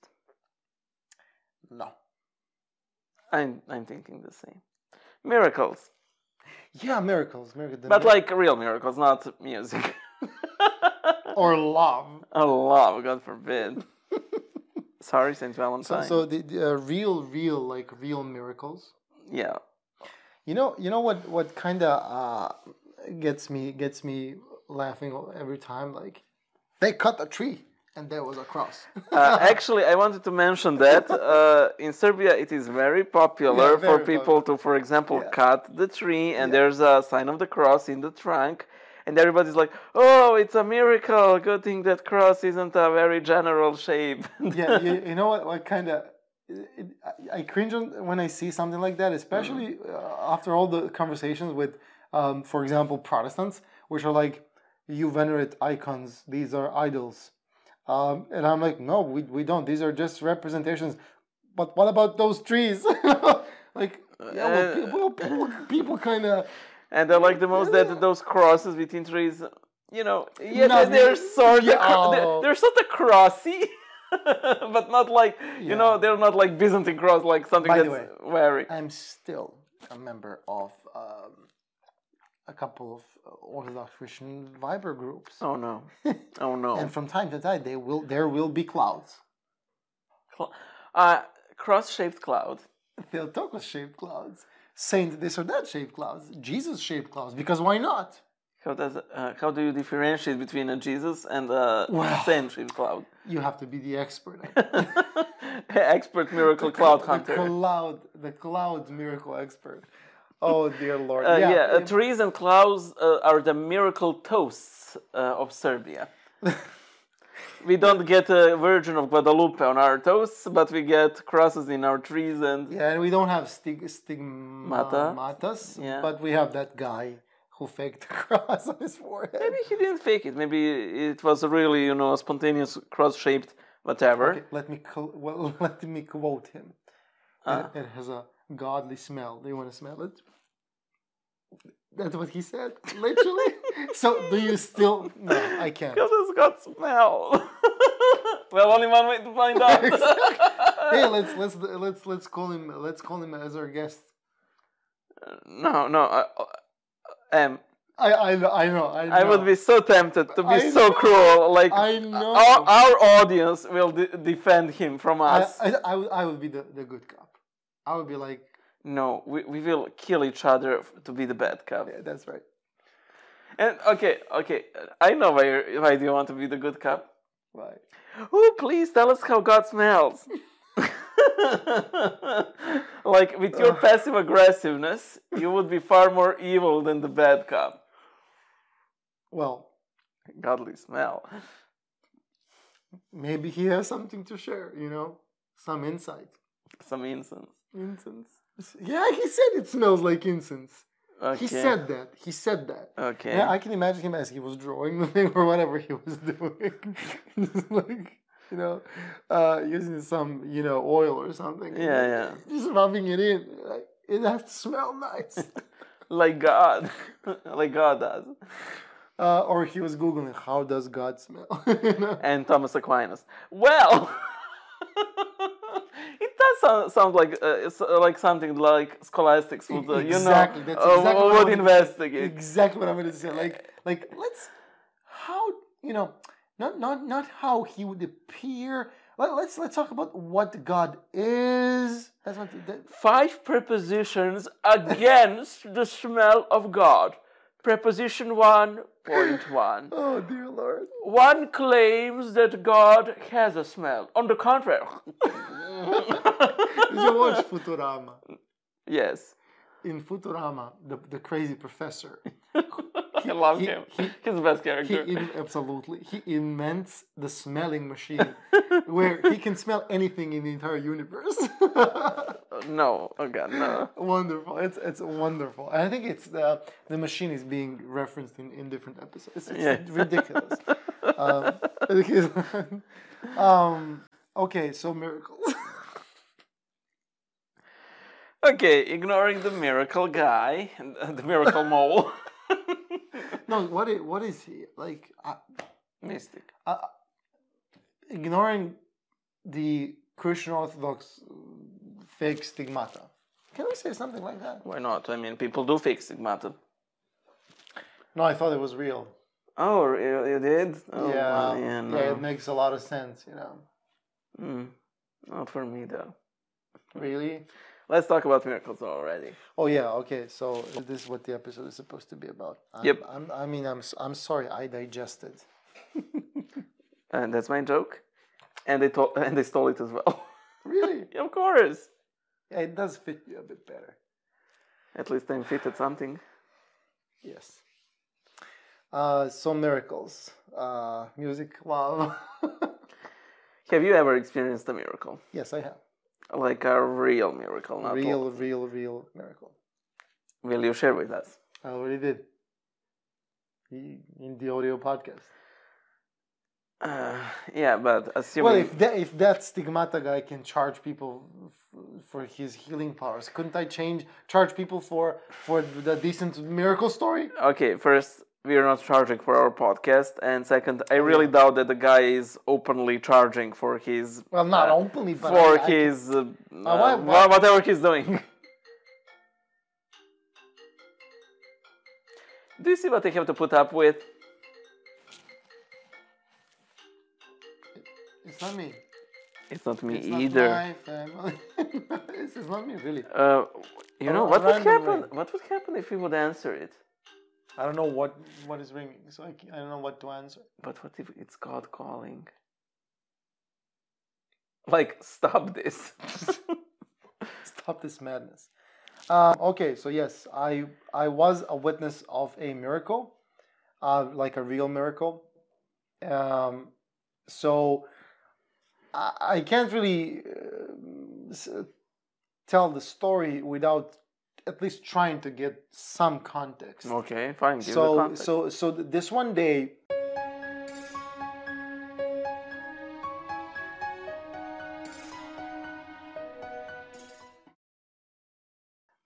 B: no.
A: I'm I'm thinking the same. Miracles,
B: Yeah, miracles, miracles.
A: but like real miracles, not music.
B: or love.
A: oh, love, God forbid. Sorry, Saint
B: So,
A: Valentine.
B: so the, the uh, real, real, like real miracles.
A: yeah,
B: You know, you know what, what kind of uh, gets me, gets me laughing every time. Like, they cut a tree and there was a cross.
A: Uh, actually, I wanted to mention that uh, in Serbia it is very popular
B: Yeah,
A: for
B: very
A: people to, for example,
B: Yeah.
A: cut the tree and there's a sign of the cross in the trunk, and everybody's like, "Oh, it's a miracle! Good thing that cross isn't a very general shape."
B: yeah, you, you know what, what kind of. I cringe on- when I see something like that, especially uh, after all the conversations with, um, for example, Protestants, which are like, you venerate icons, these are idols. Um, and I'm like, no, we, we don't. These are just representations. But what about those trees? like, yeah, well, pe- well, people, people kind of.
A: and I like the most that those crosses between trees, you know, yeah,
B: Not
A: they, are
B: really-
A: sort of cro-
B: Yeah.
A: they're, they're sort of crossy. but not like you know they're not like byzantine cross like something
B: By the
A: that's
B: way,
A: very
B: I'm still a member of um, a couple of Orthodox Christian Viber groups.
A: oh no oh no
B: and from time to time they will there will be clouds
A: Cl- uh, cross-shaped cloud.
B: Theotokos shaped clouds Saint this or that shaped clouds, Jesus shaped clouds, because why not?
A: How does uh, how do you differentiate between a Jesus and a
B: Well.
A: saint shaped cloud?
B: You have to be the expert. I
A: Expert miracle cloud
B: the
A: hunter.
B: cloud, the cloud miracle expert. Oh dear Lord!
A: Uh, yeah,
B: yeah,
A: uh, trees and clouds uh, are the miracle toasts uh, of Serbia. we don't get a Virgin of Guadalupe on our toasts, but we get crosses in our trees and
B: yeah, and we don't have stig- stigmatas,
A: Yeah.
B: but we have that guy who faked the cross on his forehead.
A: maybe he didn't fake it. Maybe it was really you know a spontaneous cross-shaped whatever.
B: Okay, let me co- well, let me quote him.
A: Ah.
B: It, it has a godly smell. Do you want to smell it? That's what he said, literally. so, do you still? No, I can't.
A: Because it's got smell. well, only one way to find out.
B: Hey, let's let's let's let's call him. Let's call him as our guest.
A: no, no. I, I, am.
B: I I know I know. I, know.
A: I would be so tempted to be
B: I
A: so
B: know.
A: cruel. Like
B: I know.
A: Our, our audience will de- defend him from
B: I,
A: us.
B: I, I, would, I would be the, the good cop. I would be like,
A: no, we, we will kill each other f- to be the bad cop.
B: yeah, that's right.
A: And okay, okay, I know why you why do you want to be the good cop.
B: Right.
A: Oh, please tell us how God smells. like with your passive aggressiveness, you would be far more evil than the bad cop.
B: Well,
A: Godly smell.
B: maybe he has something to share, you know? Some insight.
A: Some incense.
B: Incense? Yeah, he said it smells like incense.
A: Okay.
B: He said that. He said that.
A: Okay.
B: Yeah, I can imagine him as he was drawing the thing or whatever he was doing. Just like, you know, uh, using some, you know, oil or something.
A: Yeah, yeah.
B: Just rubbing it in. Like, it has to smell nice.
A: Like God. like God does.
B: Uh, or he was googling how does God smell? You know?
A: and Thomas Aquinas. Well, it does sound, sound like uh, it's, uh, like something like scholastics would, uh, you know,
B: Exactly, that's
A: uh,
B: exactly what I
A: would
B: wanted to say.
A: investigate.
B: exactly what I'm going to say. Like, like let's how you know not not not how he would appear. Let, let's let's talk about what God is. That's what that,
A: Five prepositions against the smell of God. Preposition one point one.
B: Oh dear Lord!
A: One claims that God has a smell. On the contrary,
B: Did you watch Futurama?
A: yes.
B: In Futurama, the the crazy professor.
A: I love
B: he-
A: him.
B: he-
A: He's the best
B: He
A: character.
B: in, absolutely he invents the smelling machine where he can smell anything in the entire universe.
A: no, oh god, no.
B: wonderful. It's it's wonderful. And I think it's the the machine is being referenced in, in different episodes. It's, it's
A: Yeah.
B: ridiculous. um, it is- um, okay, so miracles.
A: Okay, ignoring the miracle guy, and, uh, the miracle mole.
B: no, what is, what is he like? uh, I,
A: Mystic.
B: ignoring the Christian Orthodox uh, fake stigmata. Can we say something like that?
A: Why not? I mean, people do fake stigmata.
B: No, I thought it was real.
A: Oh, you, you did? Oh, wow, yeah, no.
B: yeah, it makes a lot of sense. You know,
A: Mm. Not for me, though.
B: really.
A: Let's talk about miracles already.
B: Oh yeah, okay. So this is what the episode is supposed to be about. I'm,
A: Yep.
B: I'm, I mean, I'm s- I'm sorry, I digested.
A: And that's my joke. And they, to- and they stole it as well.
B: Really?
A: of course.
B: yeah, it does fit you a bit better.
A: At least I'm fit at something.
B: Yes. Uh, so miracles, uh, music, love.
A: Have you ever experienced a miracle?
B: yes, I have.
A: Like a real miracle, not
B: Real, real, real miracle.
A: Will you share with us?
B: I already did. Y- In the audio podcast.
A: Uh, yeah, but assuming.
B: Well, if that if that stigmata guy can charge people f- for his healing powers, couldn't I change charge people for for the decent miracle story?
A: Okay, first, we are not charging for our podcast, and second, I really doubt that the guy is openly charging for his
B: Well, not openly, but
A: Uh, for
B: I, I can-
A: his uh,
B: why-
A: uh,
B: why-
A: wha- whatever he's doing. Do you see what they have to put up with?
B: it's not me.
A: It's not me
B: It's not
A: either.
B: my family. this is not me, really.
A: Uh, you know
B: Oh,
A: what would
B: random
A: happen?
B: ring.
A: What would happen if we would answer it?
B: I don't know what what is ringing, so I, c- I don't know what to answer.
A: But what if it's God calling? Like, stop this.
B: Stop this madness. Um, okay, so yes, I I was a witness of a miracle, uh, like a real miracle. Um, so I, I can't really uh, s- tell the story without at least trying to get some context.
A: okay, fine. Give the
B: so
A: context.
B: so so th- this one day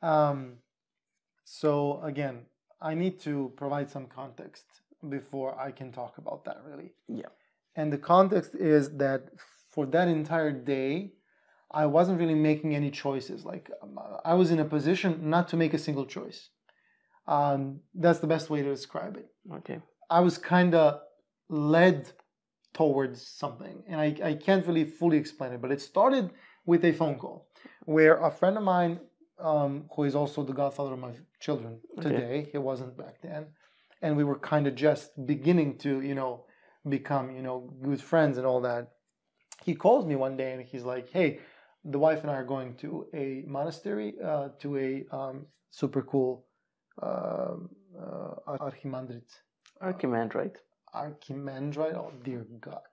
B: um so again i need to provide some context before i can talk about that really
A: Yeah.
B: and the context is that for that entire day i wasn't really making any choices like um, i was in a position not to make a single choice um, that's the best way to describe it.
A: okay.
B: I was kind of led towards something, and I, I can't really fully explain it, but it started with a phone call where a friend of mine, um, who is also the godfather of my children
A: Okay.
B: today, he wasn't back then, and we were kind of just beginning to, you know, become, you know, good friends and all that. He calls me one day and he's like, hey, the wife and I are going to a monastery, uh, to a um, super cool um, uh, Archimandrit.
A: Argument, right?
B: Archimandrite? Oh, dear God.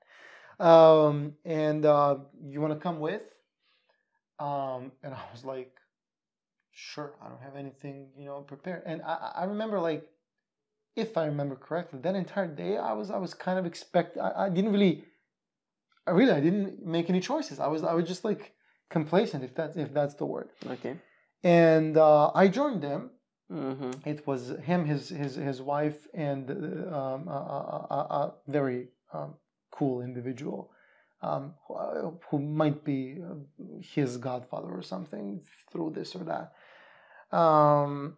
B: Um, and uh, you want to come with? Um, and I was like, sure, I don't have anything, you know, prepared. And I, I- I remember, like, if I remember correctly, that entire day I was I was kind of expect I, I didn't really I really I didn't make any choices. I was I was just like complacent if that's if that's the word.
A: Okay.
B: And uh, I joined them
A: Mm-hmm.
B: it was him, his his his wife, and uh, um, a, a, a- a very um, cool individual um, who, uh, who might be uh, his godfather or something through this or that. Um,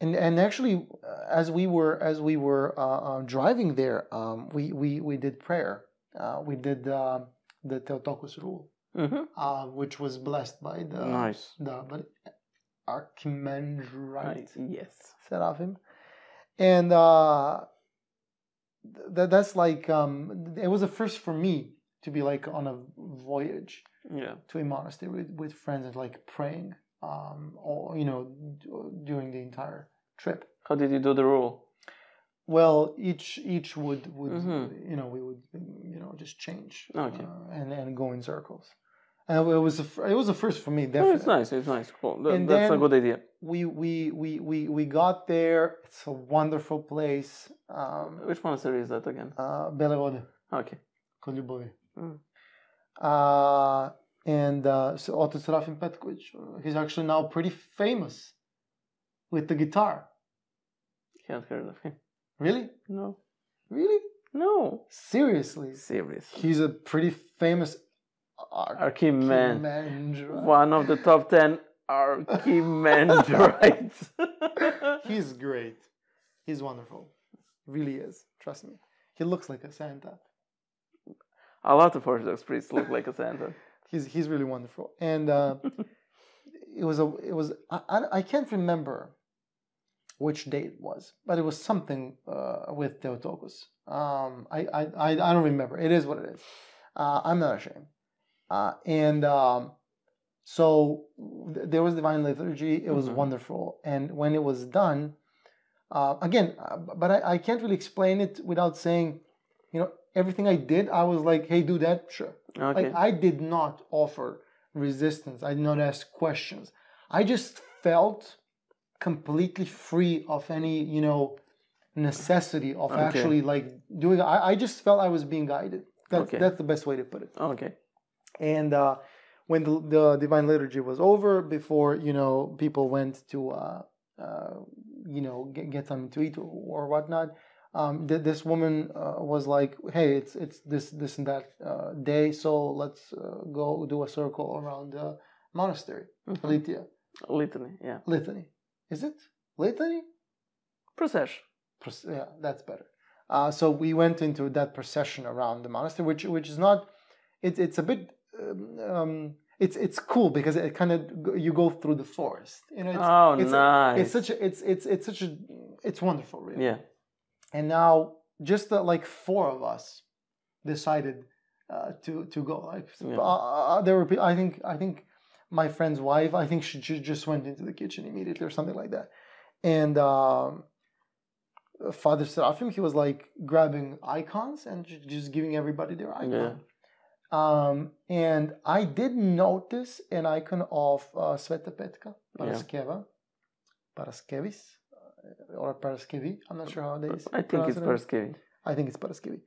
B: and and actually, uh, as we were as we were uh, uh, driving there, um, we we we did prayer. Uh, we did uh, the Theotokos rule,
A: Mm-hmm.
B: uh, which was blessed by the
A: nice.
B: the but uh, archimandrite
A: Nice. Yes.
B: seraphim and uh th- th- that's like um it was a first for me to be like on a voyage
A: Yeah.
B: to a monastery with, with friends and like praying um or you know d- during the entire trip
A: How did you do the rule?
B: well each each would would
A: Mhm.
B: you know we would you know just change
A: Okay.
B: uh, and and go in circles and it was a, fir- it was a first for me
A: Oh,
B: definitely
A: it's nice. It's nice. Cool. Th-
B: And
A: that's a
B: then-
A: good idea.
B: we we we we we got there it's a wonderful place um
A: Which monastery is that again? Ah,
B: uh, Bele Vode,
A: Okay.
B: kod ljubavi.
A: Mm.
B: Uh, and uh, so Otto Serafim Petkovic, uh, he's actually now pretty famous with the guitar.
A: Can't heard of him.
B: Really?
A: No.
B: Really?
A: No.
B: Seriously.
A: Seriously.
B: He's a pretty famous archimandrite.
A: Archimand. One of the top ten archimandrites.
B: He's great. He's wonderful. Really is. Trust me. He looks like a Santa.
A: a lot of Orthodox priests look like a Santa.
B: he's he's really wonderful and uh, it was a it was I, I, I can't remember which day it was but it was something uh, with Theotokos um, I, I I I don't remember it is what it is uh, I'm not ashamed uh, and um, so th- there was divine liturgy it was
A: Mhm.
B: wonderful and when it was done uh, again uh, but I, I can't really explain it without saying you know everything I did I was like hey do that sure
A: Okay.
B: like I did not offer resistance. I did not ask questions. I just felt completely free of any, you know, necessity of
A: Okay.
B: actually like doing. I, I just felt I was being guided. That's
A: Okay.
B: that's the best way to put it.
A: okay.
B: And uh, when the, the divine liturgy was over, before you know people went to uh, uh, you know get, get something to eat or whatnot, um, th- this woman uh, was like, "Hey, it's it's this this and that uh, day, so let's uh, go do a circle around the monastery,
A: Mhm.
B: Litia
A: Litany. Yeah.
B: litany. Is it litany?
A: Procession.
B: Proce- yeah, that's better. Uh, so we went into that procession around the monastery, which which is not, it's it's a bit um, um, it's it's cool because it kind of you go through the forest. You know, it's,
A: oh,
B: it's,
A: nice.
B: it's such a, it's it's it's such a it's wonderful, really.
A: yeah.
B: And now just the, like four of us decided uh, to to go. Like
A: Oh, Yeah.
B: uh, uh, there were, pe- I think I think my friend's wife, I think she ju- just went into the kitchen immediately or something like that. And um, Father Serafim, he was like grabbing icons and ju- just giving everybody their icon.
A: Yeah.
B: Um, and I did notice an icon of uh, Sveta Petka, Paraskeva, Paraskevis, uh, or Paraskevi. I'm not sure how they
A: I think
B: pronounce
A: it's
B: it.
A: Perskevi.
B: I think it's Paraskevi.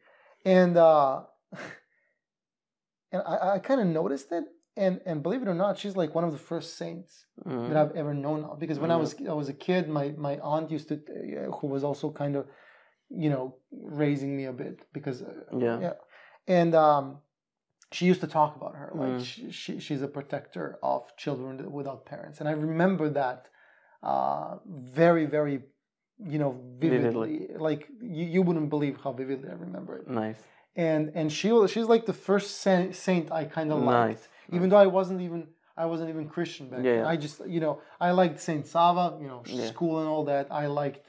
B: And uh, and I, I kind of noticed it. And, and believe it or not, she's like one of the first saints
A: Mm.
B: that I've ever known of. Because when I
A: Mhm.
B: was I was a kid, my my aunt used to, uh, who was also kind of, you know, raising me a bit because, uh,
A: Yeah.
B: yeah, and um, she used to talk about her like
A: Mm.
B: she, she she's a protector of children that- without parents, and I remember that uh, very very, you know, vividly.
A: Vividly.
B: Like you, you wouldn't believe how vividly I remember it.
A: Nice.
B: And and she was she's like the first saint, saint I kind of liked
A: Nice.
B: even though I wasn't even I wasn't even Christian back
A: Yeah,
B: then.
A: yeah.
B: I just you know I liked Saint Sava, you know,
A: Yeah.
B: school and all that. I liked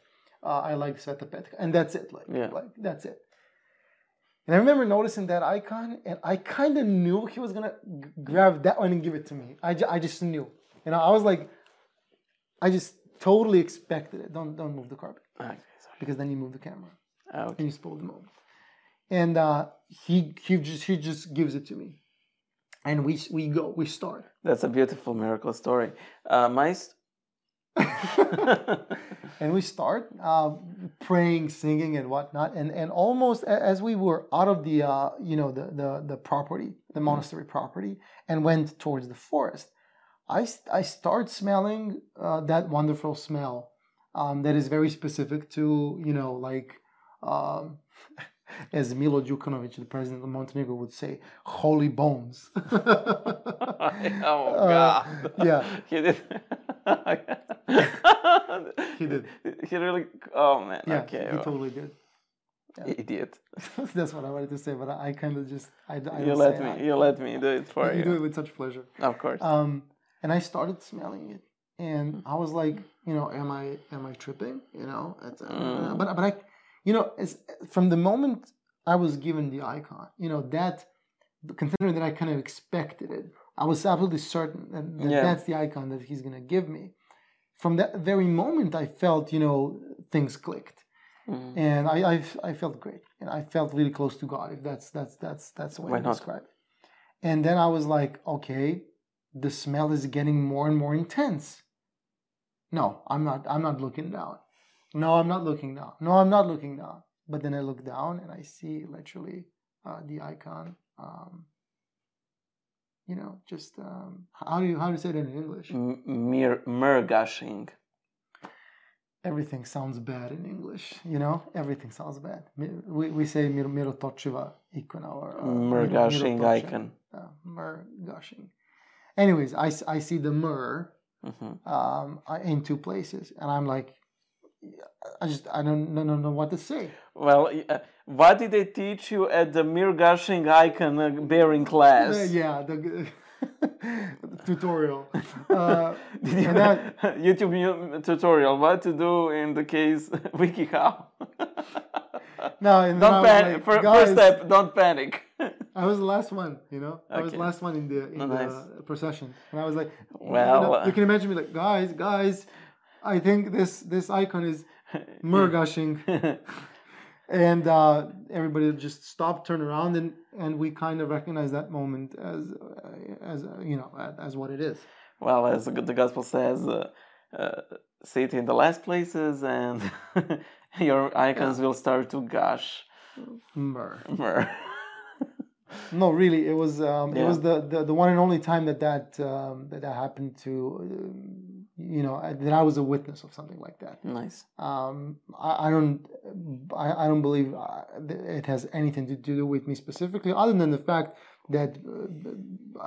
B: uh, I liked Sveta Petka, and that's it. Like,
A: Yeah.
B: like that's it. And I remember noticing that icon, and I kind of knew he was gonna g- grab that one and give it to me. I, ju- I just knew, and I was like, I just totally expected it. Don't don't move the carpet
A: Okay,
B: because then you move the camera
A: sorry. Okay.
B: and you spoil the moment. And uh, he he just he just gives it to me, and we we go we start.
A: That's a beautiful miracle story. Uh, Oh, my st-
B: and we start uh, praying, singing, and whatnot. And and almost a- as we were out of the uh, you know the, the the property,
A: Mm-hmm.
B: the monastery property, and went towards the forest, I s- I start smelling uh, that wonderful smell um, that is very specific to you know like. Um, as Milo Djukanovic, the president of Montenegro, would say, "Holy bones."
A: oh
B: Uh,
A: God!
B: yeah.
A: he did.
B: He did.
A: He really. Oh man.
B: Yeah,
A: okay.
B: he
A: well,
B: totally did.
A: Idiot.
B: That's what I wanted to say, but I kind of just I, I don't
A: You
B: say
A: let
B: that.
A: me. You let me do it for
B: You
A: you.
B: do it with such pleasure.
A: Of course.
B: Um, and I started smelling it,
A: Mm.
B: and I was like, you know, am I am I tripping? You know, it's, uh,
A: Mm.
B: but but I, you know, it's, from the moment I was given the icon, you know, that considering that I kind of expected it, I was absolutely certain that, that
A: Yeah.
B: that's the icon that he's gonna give me. From that very moment, I felt you know things clicked
A: Mm.
B: and I, I I felt great, and I felt really close to God. If that's that's that's that's the way
A: Why
B: to
A: not?
B: describe it. And then I was like, okay, the smell is getting more and more intense. No, I'm not. I'm not looking down. No, I'm not looking down. No, I'm not looking down. But then I look down and I see literally uh, the icon. Um, you know, just um, how do you how do you say it in English?
A: M- Mir- Mirgashing.
B: everything sounds bad in English. You know, everything sounds bad. Mi- We, we say mir, mirotočiva ikona or uh, mir-
A: Mirgashing Mm,
B: mirotočiva.
A: icon.
B: Uh, mir gushing. Anyways, I, s- I see the mir
A: hmm
B: um, I- in two places, and I'm like, I just I don't no no know what to say.
A: Well, y- uh, what did they teach you at the Mirgashing icon uh, bearing class?
B: Uh, yeah, the g- tutorial. Uh,
A: Did you
B: and that-
A: YouTube mu- tutorial what to do in the case WikiHow?
B: no, and then I
A: don't
B: was
A: panic.
B: like,
A: Fir-
B: "Guys,
A: first step, don't panic.
B: I was the last one, you know. I was the
A: Okay.
B: last one in the in
A: Oh,
B: the
A: nice.
B: procession, and I was like, you, know,
A: Well,
B: you can imagine me like, guys, guys, I think this this icon is murgushing, and uh, everybody just stopped, turned around, and and we kind of recognize that moment as uh, as uh, you know as- as what it is.
A: well, as the gospel says, uh, uh, sit in the last places and your icons will start to gush.
B: Mur.
A: Mer.
B: No, really, it was um, it
A: Yeah.
B: was the, the the one and only time that that um, that, that happened to. um you know I- that I was a witness of something like that.
A: nice.
B: um, I, I don't I, I don't believe uh, th- it has anything to do with me specifically other than the fact that uh,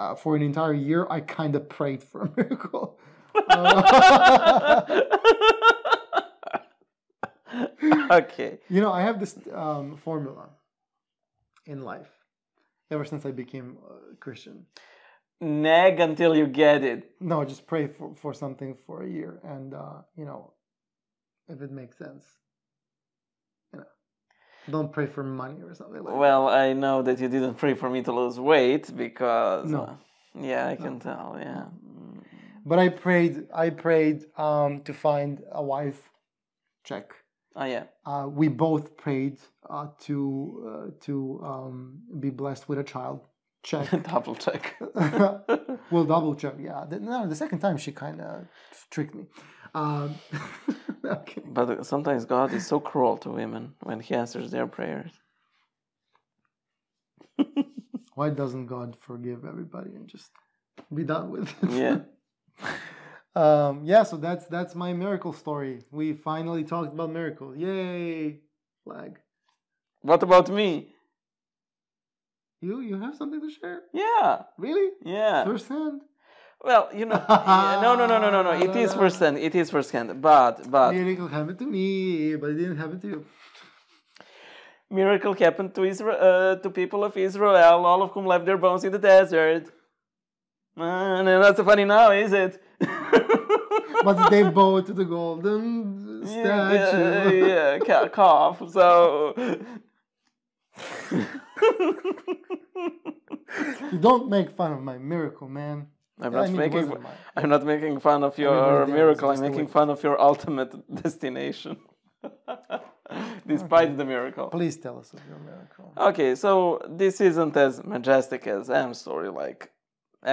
B: uh, for an entire year I kind of prayed for a miracle Uh,
A: okay.
B: you know I have this um, formula in life ever since I became a Christian.
A: Nag until you get it.
B: No, just pray for, for something for a year, and uh, you know, if it makes sense, you know, don't pray for money or something like.
A: Well, I know that you didn't pray for me to lose weight because.
B: No.
A: uh, yeah, I can tell. Yeah.
B: that. But I prayed. I prayed um, to find a wife. Check.
A: Oh, yeah.
B: Uh, we both prayed uh, to uh, to um, be blessed with a child. Check.
A: Double check.
B: We'll double check. Yeah. The, no, the second time she kind of tricked me. Um, okay.
A: But sometimes God is so cruel to women when He answers their prayers.
B: Why doesn't God forgive everybody and just be done with it?
A: Yeah.
B: um, yeah. So that's that's my miracle story. We finally talked about miracles. Yay! Flag.
A: what about me?
B: You you have something to share?
A: Yeah.
B: Really?
A: Yeah.
B: Firsthand?
A: Well, you know, yeah, no, no, no, no, no, no. It is
B: No, no.
A: firsthand. It is firsthand. But but
B: Miracle happened to me, but it didn't happen to you.
A: miracle happened to Israel, uh, to people of Israel, all of whom left their bones in the desert. Man, and that's funny now, is it?
B: But they bowed to the golden
A: yeah,
B: statue.
A: yeah, ca- cough. So
B: You don't make fun of my miracle, man.
A: I'm
B: Yeah,
A: not
B: I mean, it
A: making
B: wasn't mine.
A: I'm not making fun of your
B: Everybody there
A: miracle.
B: is
A: I'm
B: just
A: making
B: awake.
A: fun of your ultimate destination, despite the miracle.
B: Please tell us of your miracle.
A: Okay, so this isn't as majestic as M's story. Like,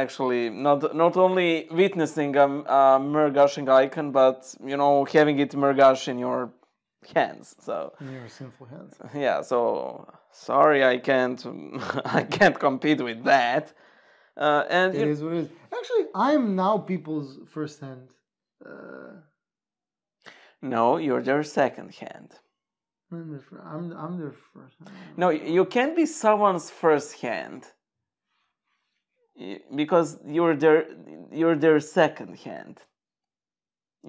A: actually, not not only witnessing a, a Murgashing icon, but you know, having it Murgash in your hands. So
B: In your sinful hands.
A: yeah, so sorry, I can't I can't compete with that. Uh, and
B: It
A: you-
B: is what it is. Actually, I am now people's first hand. Uh,
A: no, you're their second hand.
B: I'm their fir- I'm, I'm their first hand.
A: No, y- you can't be someone's first hand Y- because you're their you're their second hand.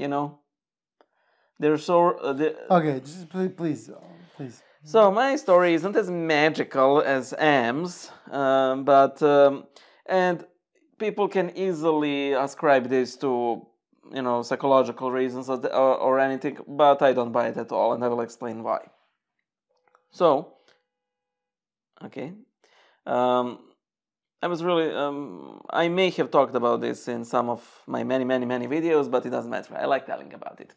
A: You know, they're so. Uh, the,
B: Okay, just please, please, uh, please.
A: so my story isn't as magical as Am's, um, but um, and people can easily ascribe this to you know psychological reasons or, the- or, or anything, but I don't buy it at all, and I will explain why. So, okay, um, I was really um, I may have talked about this in some of my many many many videos, but it doesn't matter. I like telling about it.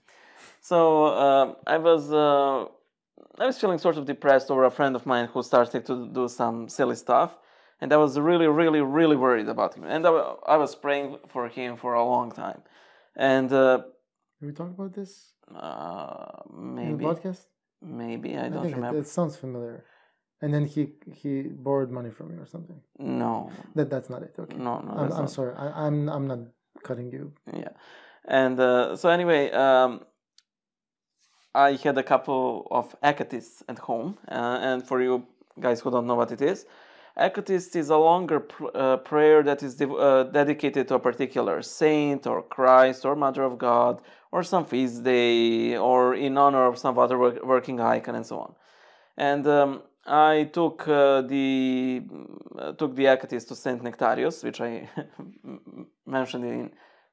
A: So uh, I was. Uh, I was feeling sort of depressed over a friend of mine who started to do some silly stuff, and I was really, really, really worried about him. And I, wa- I was praying for him for a long time, and uh,
B: Did we talk about this
A: uh,
B: in
A: maybe,
B: the podcast?
A: maybe I don't
B: think it-
A: remember.
B: It, sounds familiar. And then he he borrowed money from you or something.
A: No,
B: That that's not it. Okay.
A: no, no.
B: I'm,
A: that's
B: I'm
A: not-
B: sorry. I, I'm I'm not cutting you.
A: yeah and uh, so anyway um, i had a couple of acatis at home uh, and for you guys who don't know what it is acatis is a longer pr- uh, prayer that is dev- uh, dedicated to a particular saint or christ or mother of god or some feast day or in honor of some other work- working icon and so on and um, I took uh, the uh, took the Acatis to Saint Nectarius, which I mentioned in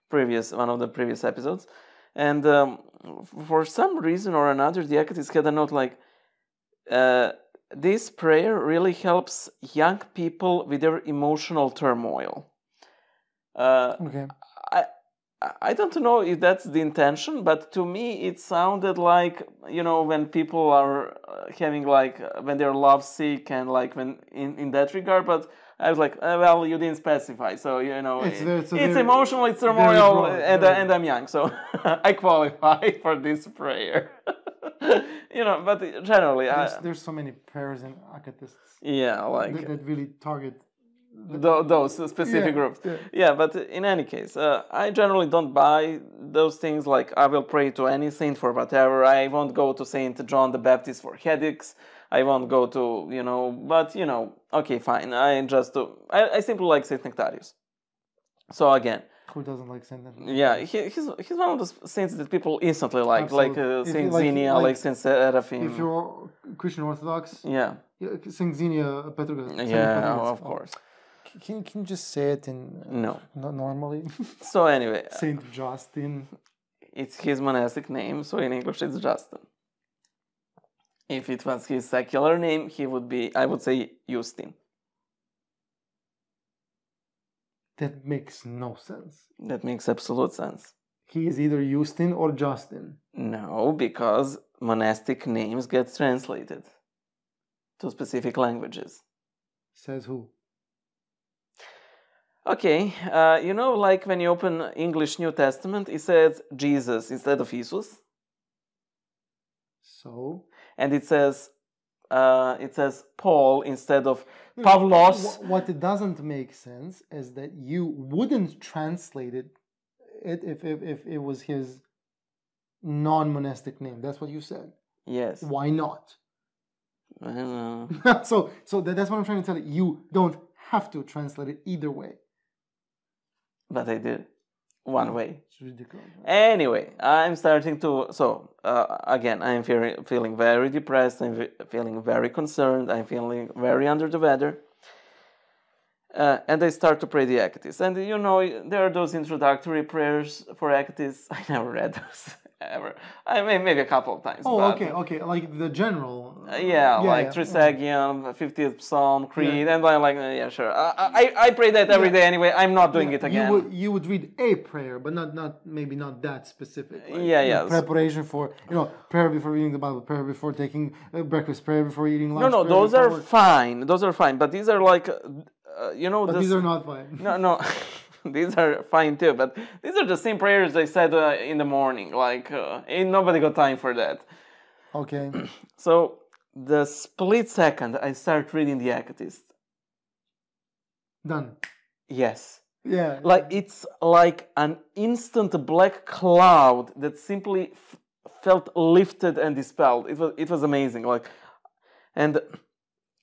A: previous one of the previous episodes, and um, f- for some reason or another, the Acatis had a note like, uh, "This prayer really helps young people with their emotional turmoil." Uh,
B: Okay.
A: I I- I don't know if that's the intention, but to me it sounded like you know when people are uh, having like uh, when they're lovesick and like when in, in that regard. But I was like, uh, well, you didn't specify, so you know
B: It's
A: it-
B: very- so
A: it's
B: very-
A: emotional, it's turmoil,
B: broad,
A: and
B: very
A: I- and I'm young, so I qualify for this prayer. you know, but generally, I,
B: There's, there's so many prayers and acatists
A: yeah, like
B: that, that really target. the-
A: tho- those specific
B: Yeah,
A: groups.
B: yeah.
A: Yeah, but in any case, uh, I generally don't buy those things. Like I will pray to any saint for whatever. I won't go to Saint John the Baptist for headaches. I won't go to you know. But you know, okay, fine. I just do. I, I simply like Saint Nectarius. So again,
B: Who doesn't like sentence?
A: yeah, he, he's he's one of those saints that people instantly like, like
B: Absolutely.
A: uh,
B: If you
A: Saint
B: like-
A: Xenia, like,
B: like-
A: Saint Seraphim.
B: If you're Christian Orthodox,
A: yeah,
B: Yeah, Sanxinia uh, Petrograd.
A: Yeah, oh, of course.
B: Can, can you just say it in uh,
A: No.
B: no- normally?
A: So anyway,
B: Saint Justin.
A: it's his monastic name, so in English it's Justin. If it was his secular name, he would be, I would say, Justin.
B: That makes no sense.
A: That makes absolute sense.
B: He is either Justin or Justin.
A: No, because monastic names get translated to specific languages.
B: Says who?
A: Okay, uh, you know, like when you open English New Testament, it says Jesus instead of Jesus,
B: So.
A: and it says uh, it says Paul instead of
B: No,
A: Pavlos.
B: wh- What it doesn't make sense is that you wouldn't translate it it- if, if, if it was his non monastic name. That's what you said.
A: Yes.
B: Why not?
A: I know.
B: so so that, that's what I'm trying to tell you. You don't have to translate it either way.
A: But I did one way.
B: It's ridiculous.
A: Eh,
B: right?
A: Anyway, I'm starting to. So uh, again, I'm fe- feeling very depressed. I'm ve- feeling very concerned. I'm feeling very under the weather. Uh, and I start to pray the Ecatis. And you know, there are those introductory prayers for Ecatis. I never read those ever. I mean, maybe a couple of times.
B: Oh,
A: but-
B: okay, okay. Like the general.
A: Uh, yeah, like
B: yeah.
A: Trisagion, 50th Psalm, Creed, and I'm like, uh, yeah, sure. I, I, I pray that every day anyway. I'm not doing it again.
B: You would you would read a prayer, but not not maybe not that specific. like,
A: Yeah,
B: you know,
A: yeah.
B: Preparation for you know prayer before reading the Bible, prayer before taking uh, breakfast, prayer before eating lunch.
A: No, no,
B: prayer
A: those
B: before
A: are
B: work.
A: fine. Those are fine. But these are like, uh, uh, you know,
B: But
A: this,
B: these are not fine.
A: no, no, these are fine too. But these are the same prayers I said uh, in the morning. Like, uh, ain't nobody got time for that.
B: Okay.
A: So the split second I start reading the Acatist,
B: Done.
A: yes,
B: Yeah.
A: like it's like an instant black cloud that simply f- felt lifted and dispelled. It was it was amazing. Like, and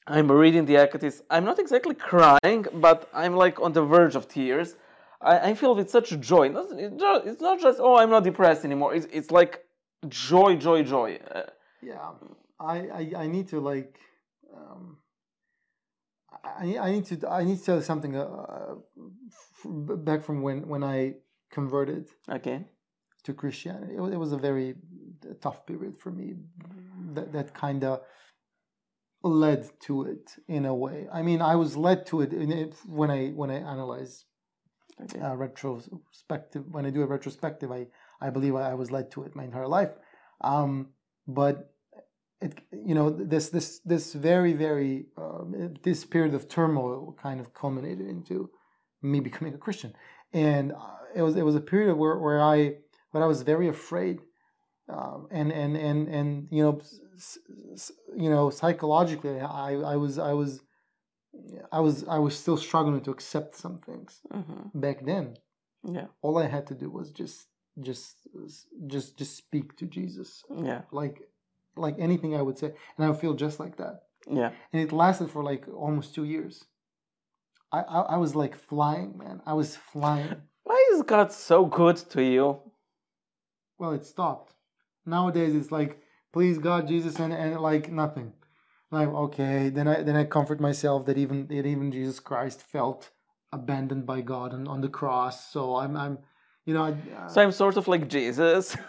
A: I'm reading the Ecatis. I'm not exactly crying, but I'm like on the verge of tears. I, I feel with such joy. Not, it ju- it's not just oh I'm not depressed anymore. It's it's like joy, joy, joy. Uh,
B: yeah. I, I I need to like. Um, I, I need to I need to tell you something uh, uh, f- back from when when I converted
A: okay.
B: to Christianity. It was, it was a very uh, tough period for me that, that kind of led to it in a way. I mean, I was led to it, in it when I when I analyze
A: Okay.
B: uh, retrospective. When I do a retrospective, I I believe I, I was led to it my entire life. Um, but it you know this this this very very um, this period of turmoil kind of culminated into me becoming a Christian, and uh, it was it was a period where where I where I was very afraid. Um, and and and and you know, s- s- s- you know, psychologically, I, I was I was, I was I was still struggling to accept some things
A: hmm
B: back then
A: Yeah.
B: all i had to do was just just just just speak to jesus
A: Yeah.
B: like like anything i would say and i would feel just like that
A: Yeah.
B: and it lasted for like almost two years i i, I was like flying man i was flying
A: Why is God so good to you?
B: well it stopped nowadays it's like please god jesus and and like nothing like okay then i then i comfort myself that even that even jesus christ felt abandoned by god and on the cross so i'm i'm you know I, uh,
A: So I'm sort of like Jesus.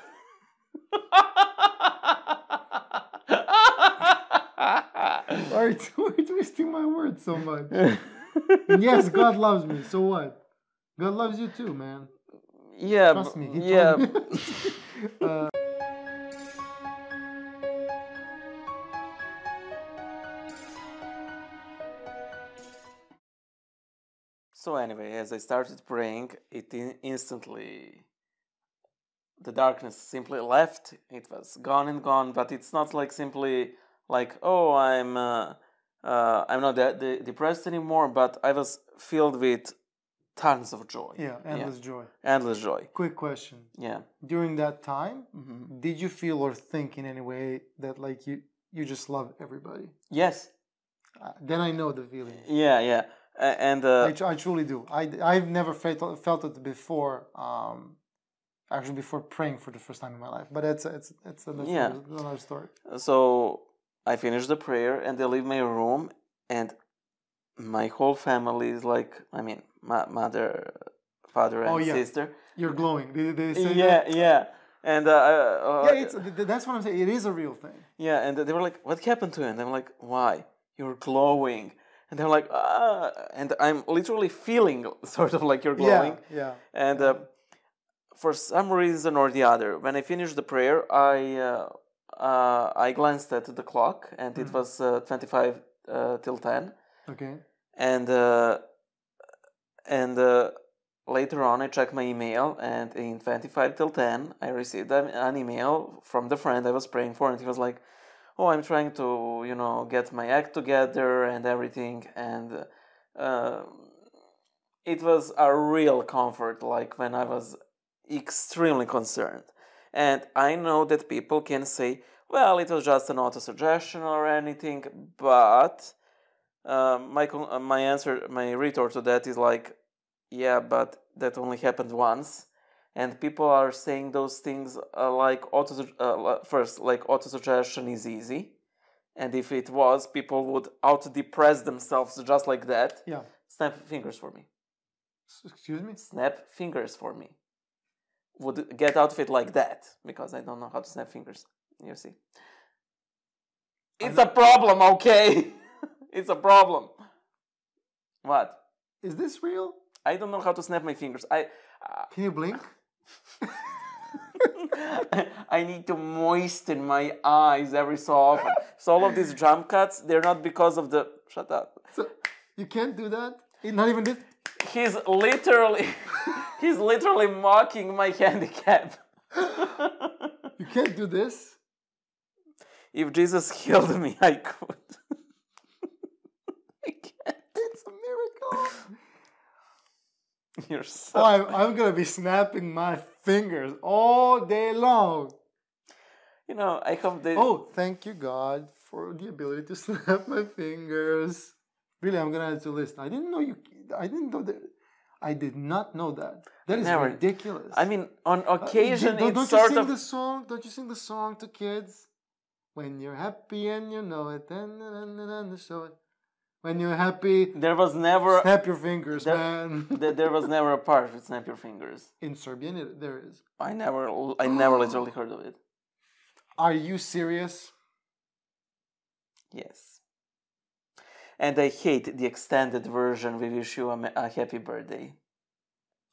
B: Why are you why are you twisting my words so much? And yes, God loves me. So what? God loves you too, man.
A: Yeah.
B: Trust me.
A: b-
B: He told
A: yeah.
B: me. Uh,
A: So anyway, as I started praying, it in- instantly the darkness simply left. It was gone and gone. But it's not like simply like oh I'm uh, uh, I'm not that de- depressed anymore. But I was filled with tons of joy.
B: yeah, endless joy.
A: Endless joy.
B: Quick question.
A: Yeah.
B: During that time, did you feel or think in any way that like you you just love everybody?
A: Yes.
B: Uh, then I know the feeling.
A: Yeah. Yeah. A- and uh,
B: I, tr- I truly do. I I've never felt felt it before. Um, actually, before praying for the first time in my life. But it's it's it's another,
A: Yeah.
B: another story.
A: so I finish the prayer and I leave my room, and my whole family is like, I mean, my mother, father, and
B: Oh, yeah.
A: sister.
B: You're glowing. They, they say that?
A: Yeah, yeah. And uh, uh,
B: Yeah, it's, th- th- that's what I'm saying. It is a real thing.
A: yeah, and they were like, "What happened to you?" And I'm like, "Why? You're glowing." And they're like, "Ah!" And I'm literally feeling sort of like you're glowing.
B: Yeah, yeah.
A: And uh, for some reason or the other, when I finished the prayer, I uh, uh, I glanced at the clock, and it was uh, twenty five uh, till ten.
B: Okay.
A: And uh, and uh, later on, I checked my email, and in twenty five till ten, I received an- an email from the friend I was praying for, and he was like, "Oh, I'm trying to you know get my act together and everything," and. Uh, it was a real comfort like when i was extremely concerned and i know that people can say well it was just an auto suggestion or anything but uh, my con- uh, my answer my retort to that is like yeah but that only happened once and people are saying those things uh, like auto uh, li- first like auto suggestion is easy and if it was people would out depress themselves just like that
B: Yeah.
A: snap fingers for me
B: S- Excuse me?
A: snap fingers for me. Would get out of it like that because I don't know how to snap fingers. You see, it's a problem. Okay, it's a problem. What?
B: Is this real?
A: I don't know how to snap my fingers. I
B: Can you blink?
A: I need to moisten my eyes every so often. So all of these jump cuts, they're not because of the shut up.
B: So you can't do that? Eh, Not even this?
A: He's literally he's literally mocking my handicap.
B: You can't do this?
A: If Jesus healed me, I could. I can't.
B: It's a miracle.
A: You're so.
B: Oh, I'm, I'm going to be snapping my fingers all day long.
A: You know, I hope they.
B: Oh, thank you, God, for the ability to snap my fingers. Really, I'm gonna add to the list. I didn't know you. I didn't know that. I did not know that. That is
A: Never.
B: ridiculous.
A: I mean, on occasion,
B: Uh, don't,
A: it's
B: don't you
A: sort
B: sing
A: of.
B: the song? Don't you sing the song to kids? When you're happy and you know it, then then then then show it. When you're happy,
A: There was never.
B: snap your fingers,
A: There-
B: man.
A: th- there was never a part with snap your fingers.
B: In Serbian, it, there is.
A: I never, l- I never literally heard of it.
B: Are you serious?
A: Yes. And I hate the extended version. We wish you a, ma- a happy birthday.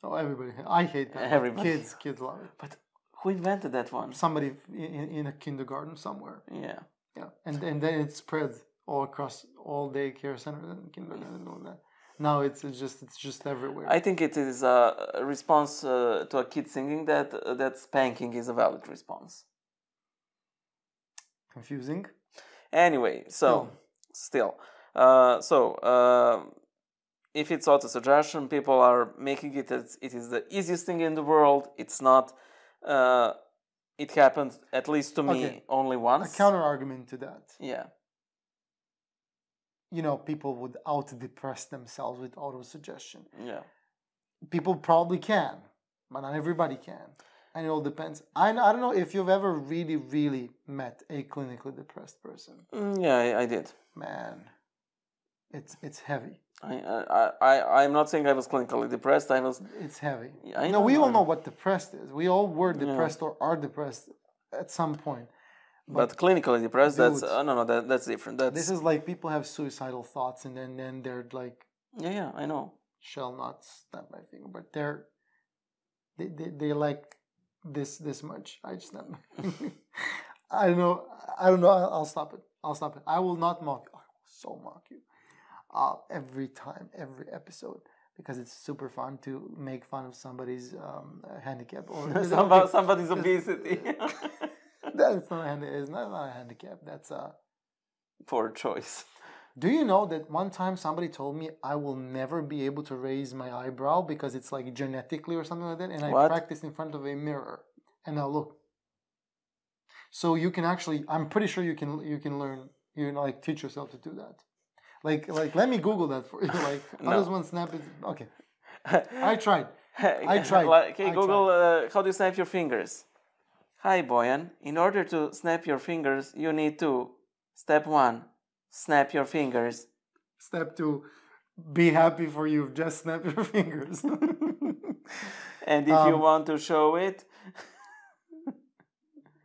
B: Oh, everybody! I hate that.
A: Everybody.
B: Kids, kids love it.
A: But who invented that one?
B: Somebody in, in- in a kindergarten somewhere.
A: Yeah.
B: Yeah, and and then it spreads all across all daycare centers and kindergarten and all that. Now it's, it's just it's just everywhere.
A: I think it is a a response uh, to a kid singing that uh, that spanking is a valid response.
B: Confusing.
A: Anyway, so
B: No.
A: still, uh, so um if it's auto suggestion, people are making it as it is the easiest thing in the world. It's not. Uh, it happened at least to me
B: Okay.
A: only
B: A
A: once.
B: counter argument to that,
A: yeah,
B: you know, people would out depress themselves with auto suggestion.
A: yeah.
B: People probably can, but not everybody can, and it all depends. I I don't know if you've ever really really met a clinically depressed person.
A: Mm, yeah, I, I did.
B: Man, it's it's heavy.
A: I, I, I, I'm not saying I was clinically depressed. I was.
B: It's heavy.
A: I
B: no, we
A: know,
B: all
A: I
B: know what depressed is. We all were depressed or are depressed at some point.
A: But clinically depressed, that's.
B: Dude.
A: Uh, no, no, that, that's different. That's.
B: This is like people have suicidal thoughts and then then they're like,
A: yeah, yeah, I know.
B: shall not snap my finger, but they're they they they're like this this much. I just snap my finger. I don't know. I don't know. I'll, I'll stop it. I'll stop it. I will not mock. I will so mock you uh, every time, every episode. Because it's super fun to make fun of somebody's um, handicap or
A: Somebody, somebody's obesity.
B: That's not a handi- it's not, not a handicap. That's a.
A: Poor choice.
B: Do you know that one time somebody told me I will never be able to raise my eyebrow because it's like genetically or something like that, and I
A: What?
B: practiced in front of a mirror, and now look. So you can actually, I'm pretty sure you can you can learn you know, like teach yourself to do that. Like like let me Google that for you. Like how
A: No.
B: does one snap it? Okay, I tried. I tried.
A: like, hey,
B: I
A: Google, uh, how do you snap your fingers? Hi, Boyan. In order to snap your fingers, you need to Step one, snap your fingers.
B: Step two, be happy for you've just snapped your fingers.
A: And if you
B: Um,
A: want to show it,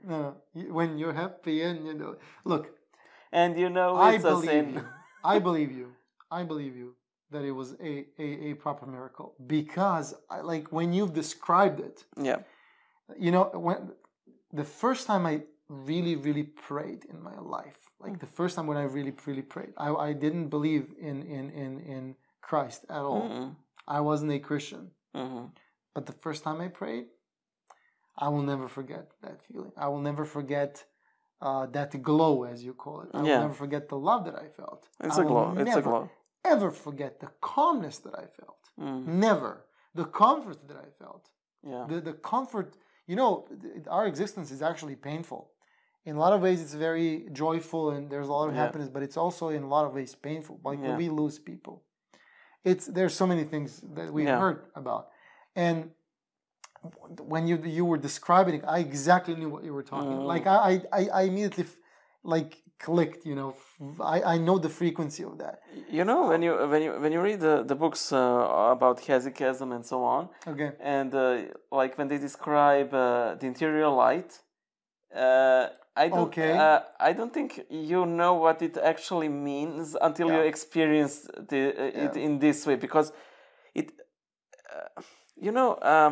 B: no, you- when you're happy and you know, look,
A: and you know
B: I
A: Oh, it's a
B: believe you.
A: sin.
B: I believe you. I believe you that it was a a, a proper miracle because I, like when you've described it,
A: Yeah.
B: you know when the first time i really really prayed in my life like the first time when i really really prayed i, I didn't believe in in in in christ at all
A: Mm-mm.
B: i wasn't a christian
A: Mhm.
B: but the first time i prayed i will never forget that feeling i will never forget uh, that glow as you call it i
A: Yeah.
B: will never forget the love that i felt
A: It's
B: I
A: a
B: will
A: glow. It's a
B: never,
A: glow.
B: ever forget the calmness that i felt
A: Mm.
B: never the comfort that i felt
A: Yeah.
B: the, the comfort you know th- our existence is actually painful in a lot of ways it's very joyful and there's a lot of
A: Yeah.
B: happiness but it's also in a lot of ways painful like when
A: Yeah.
B: we lose people it's there's so many things that we
A: Yeah.
B: heard about and when you you were describing it i exactly knew what you were talking
A: Mm.
B: like i i, I- I immediately f- like clicked you know f- I, I know the frequency of that
A: You know when you when you when you read the, the books uh, about hesychasm and so on,
B: okay
A: and uh, like when they describe uh, the interior light, uh, I don't
B: Okay.
A: uh, I don't think you know what it actually means until you
B: Yeah.
A: experience the, uh, it
B: Yeah.
A: in this way because it, uh, you know, um,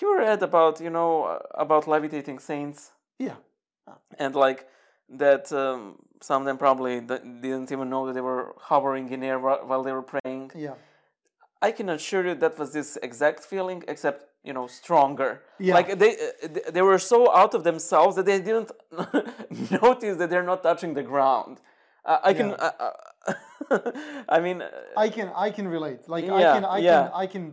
A: you read about you know uh, about levitating saints
B: yeah
A: and like that um, some of them probably d- didn't even know that they were hovering in air whi- while they were praying
B: yeah
A: i can assure you that was this exact feeling except you know stronger
B: Yeah.
A: like they uh, th- they were so out of themselves that they didn't notice that they're not touching the ground uh, i can
B: Yeah.
A: uh, uh, i mean uh,
B: I can I can relate. Like I
A: Yeah,
B: can I
A: yeah.
B: can I can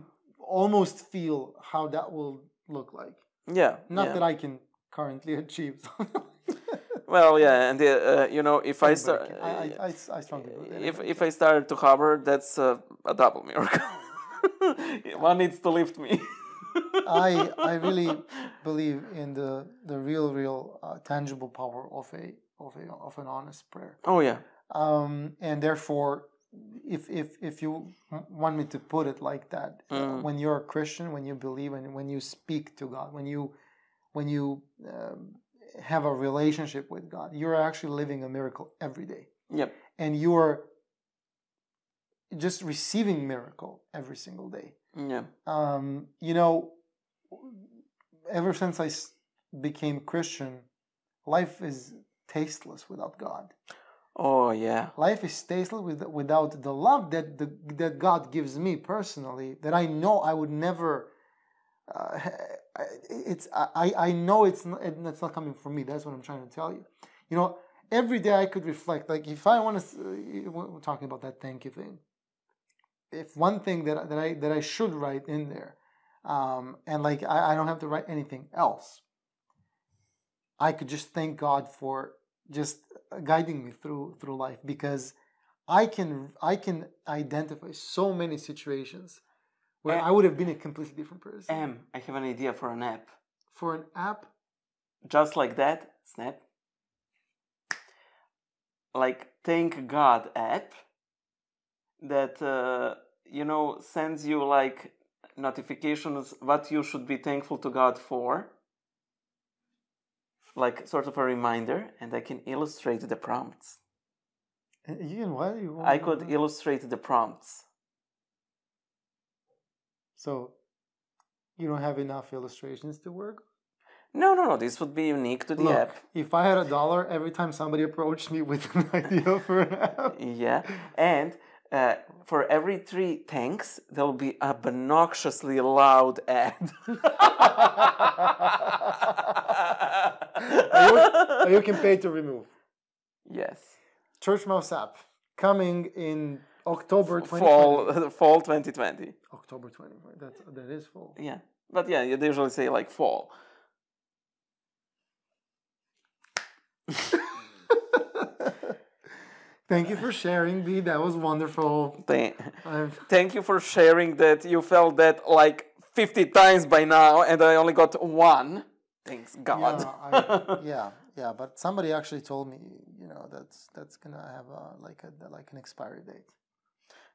B: almost feel how that will look like.
A: yeah
B: Not
A: yeah.
B: that I can currently achieve. something like that.
A: well yeah and uh, uh, you know if i
B: But
A: start
B: can- I, I, I, I strongly believe
A: if if I started to hover, that's uh, a double miracle. One needs to lift me.
B: I I really believe in the the real real uh, tangible power of a of a of an honest prayer.
A: Oh yeah,
B: um, and therefore if if if you m- want me to put it like that uh,
A: Mm.
B: when you're a christian when you believe and when you speak to god when you when you um, have a relationship with god you're actually living a miracle every day
A: yep,
B: and you're just receiving miracle every single day
A: yeah,
B: um, you know, ever since I s- became Christian, life is tasteless without God.
A: oh yeah,
B: Life is tasteless with, without the love that the, that God gives me personally. That I know I would never. Uh, it's I, I know it's not, it's not coming from me. That's what I'm trying to tell you. You know, every day I could reflect. Like if I want to, we're talking about that thank you thing if one thing that, that I that I should write in there, um, and like I, I don't have to write anything else, I could just thank God for just uh, guiding me through through life because I can I can identify so many situations where
A: Eh.
B: I would have been a completely different person.
A: Em, I have an idea for an app.
B: For an app,
A: Just like that, snap. Like thank God app. That uh, you know sends you like notifications what you should be thankful to God for. Like sort of a reminder, and I can illustrate the prompts.
B: Uh, you can what you want-
A: I could illustrate the prompts.
B: so you don't have enough illustrations to work.
A: No, no, no. This would be unique to the
B: Look,
A: app.
B: if I had a dollar every time somebody approached me with an idea for an app,
A: Yeah, and uh, for every three tanks, there'll be a obnoxiously loud ad.
B: Are you can pay to remove.
A: yes,
B: Church Mouse app coming in October 2020.
A: fall, fall 2020.
B: October 2020. That's, that is full.
A: Yeah, but yeah, they usually say like fall.
B: Thank you for sharing, B. That was wonderful.
A: Thank,
B: I've,
A: thank you for sharing that. You felt that like 50 times by now, and I only got one. Thanks
B: yeah,
A: God.
B: I, yeah, Yeah, but somebody actually told me, you know, that's that's gonna have a, like a like an expiry date.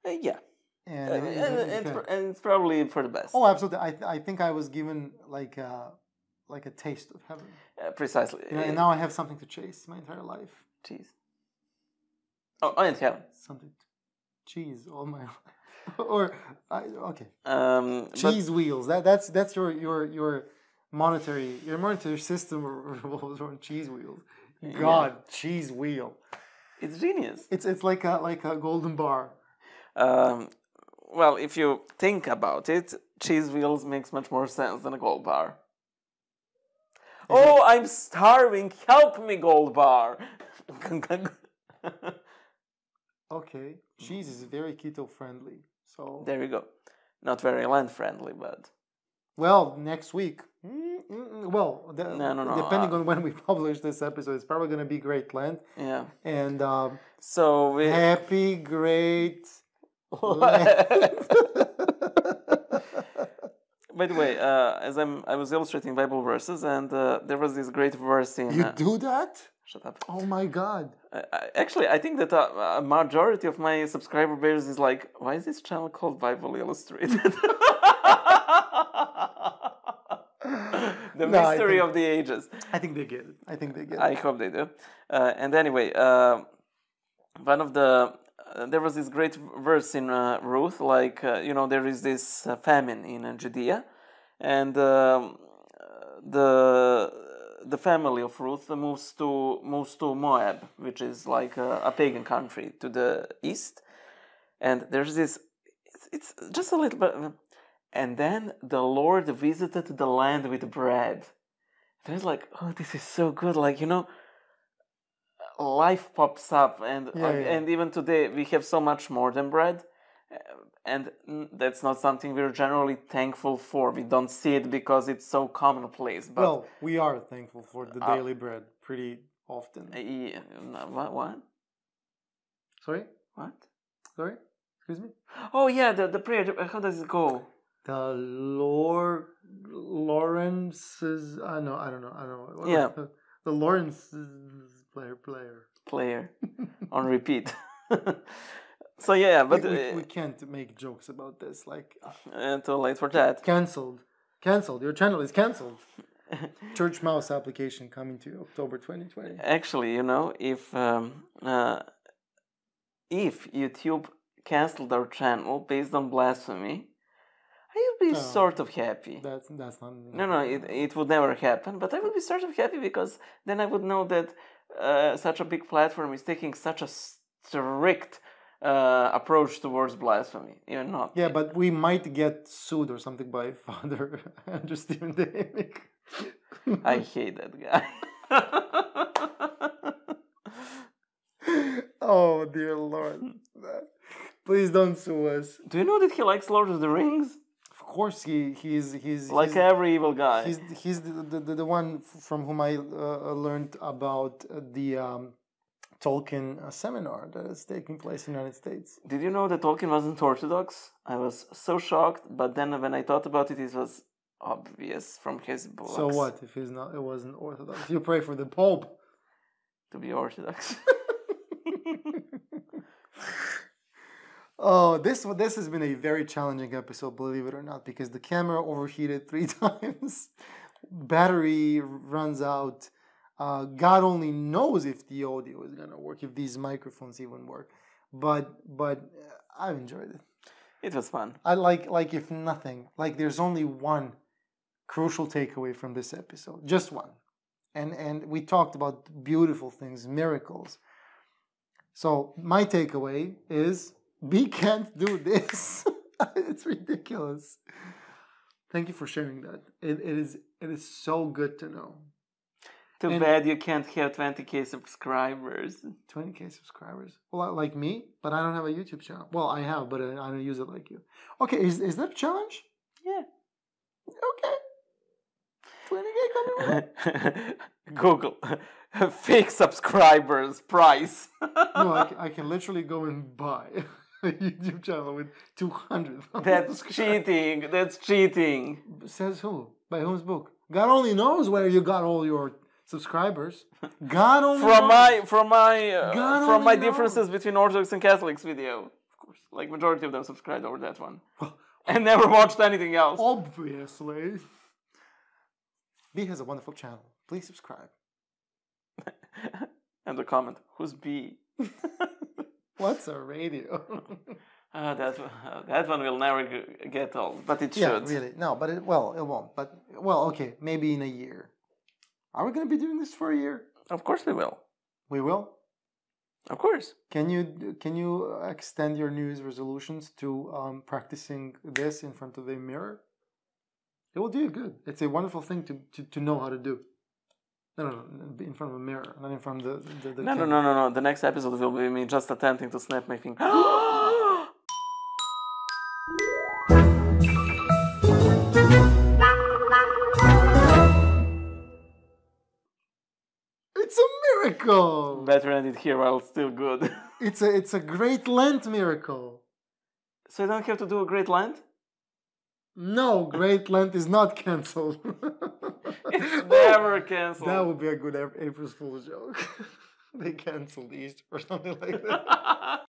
A: Uh, yeah,
B: And,
A: Uh, and,
B: it-
A: and
B: it-
A: it's,
B: it-
A: pr- and it's probably for the best.
B: oh, absolutely. I I think I was given like a like a taste of heaven,
A: Uh, precisely.
B: you know, and now I have something to chase my entire life.
A: Jeez. Oh, oh, and heaven.
B: Something, to cheese all my life, or I, okay,
A: Um, but
B: cheese wheels. That that's that's your your your monetary your monetary system revolves around cheese wheels.
A: Yeah.
B: God, cheese wheel.
A: it's genius.
B: It's it's like a like a golden bar.
A: Um, well, if you think about it, cheese wheels makes much more sense than a gold bar. Oh, I'm starving! Help me, gold bar.
B: Okay, cheese
A: Mm-hmm.
B: is very keto friendly. So
A: there you go. Not very land friendly, but
B: well, next week. Mm, mm, mm, Well, the,
A: No, no, no,
B: depending
A: uh,
B: on when we publish this episode, it's probably going to be great land
A: yeah.
B: and um,
A: So we.
B: happy great.
A: By the way, uh, as I'm, I was illustrating Bible verses, and uh, there was this great verse in.
B: You
A: uh,
B: do that?
A: shut up.
B: Oh my god!
A: I, I- actually, I think that uh, a majority of my subscriber base is like, why is this channel called Bible Illustrated? the
B: No, I
A: mystery
B: think-
A: of the ages.
B: I think they get it. I think they get it.
A: I hope they do. Uh, and anyway, uh, one of the uh, there was this great verse in uh, Ruth, like uh, you know, there is this uh, famine in uh, Judea, and um, uh, the the family of Ruth moves to moves to Moab, which is like a, a pagan country to the east, and there's this. It's, it's just a little bit. And then the Lord visited the land with bread. There's like, oh, this is so good. Like you know, life pops up, and
B: Yeah,
A: and-
B: yeah.
A: and even today we have so much more than bread, Uh, and mm, that's not something we're generally thankful for. We don't see it because it's so commonplace. But
B: Well, we are thankful for the
A: Uh,
B: daily bread pretty often.
A: Uh, yeah, no, what what
B: Sorry,
A: what?
B: sorry. Excuse me.
A: Oh yeah, the the prayer. uh, How does it go?
B: The Lor Lawrence's. I know. I don't know. I don't know.
A: Yeah.
B: the Lawrence's player player.
A: Player on repeat. so yeah,
B: But
A: but
B: we, we,
A: uh,
B: we can't make jokes about this. Like uh,
A: uh, too late for that.
B: canceled, canceled. Your channel is canceled. Church Mouse application coming to you October 2020.
A: Actually, you know, if um, uh, if YouTube canceled our channel based on blasphemy, I would be
B: No.
A: sort of happy.
B: That's that's not.
A: No, no, it it would never happen. But I would be sort of happy because then I would know that uh, such a big platform is taking such a strict uh, approach towards blasphemy. Even not.
B: Yeah, but we might get sued or something by Father Andrew Stephen Damick.
A: I hate that guy.
B: oh dear Lord! Please don't sue us.
A: Do you know that he likes Lord of the Rings?
B: Of course, he he's he's
A: Like
B: he's,
A: every evil guy.
B: he's, he's the, the, the, the one f- from whom I uh, learned about uh, the um, Tolkien uh, seminar that is taking place in the United States.
A: Did you know that Tolkien wasn't Orthodox? I was so shocked, but then when I thought about it, it was obvious from his books.
B: So what if he's not? It wasn't Orthodox. You pray for the Pope.
A: To be Orthodox.
B: Oh, this w- this has been a very challenging episode, believe it or not, because the camera overheated three times, battery runs out. Uh, God only knows if the audio is gonna work, if these microphones even work. But but uh, I've enjoyed it.
A: it was fun.
B: I like like if nothing, like there's only one crucial takeaway from this episode, just one. And and we talked about beautiful things, miracles. So my takeaway is we can't do this. it's ridiculous. Thank you for sharing that. It, it is it is so good to know.
A: Too
B: And-
A: bad you can't have 20k subscribers.
B: 20k subscribers. Well, like me, but I don't have a YouTube channel. Well, I have, but I I don't use it like you. Okay, is, is that a challenge?
A: Yeah.
B: Okay. 20k coming up.
A: Google. Fake subscribers price.
B: No, I, ca- I can literally go and buy a YouTube channel with 200.
A: That's cheating. That's cheating.
B: Says who? By whose book? God only knows where you got all your subscribers. God only
A: From
B: knows.
A: my from my uh,
B: God
A: from my
B: only
A: differences between Orthodox and Catholics video, of course. Like majority of them subscribed over that one, and never watched anything else.
B: obviously. B has a wonderful channel. Please subscribe.
A: and the comment, "Who's B?"
B: What's a radio?
A: Uh, that uh, that one will never g- get old, but it
B: yeah,
A: should.
B: really. No, but it well, it won't. But well, okay, maybe in a year. Are we gonna be doing this for a year?
A: Of course we will.
B: We will.
A: Of course.
B: Can you can you uh, extend your New Year's resolutions to um, practicing this in front of a mirror? It will do you good. It's a wonderful thing to, to, to know how to do. No, no, no, be in front of a mirror, not in front of the the. the
A: No, no,
B: camera.
A: no, no, no. The next episode will be me just attempting to snap my finger.
B: It's a miracle.
A: Better end it here while it's still good.
B: It's a it's a great Lent miracle.
A: so you don't have to do a great land?
B: No, Great Lent is not canceled.
A: It's never canceled.
B: That would be a good Ap- April Fool's joke. they canceled Easter or something like that.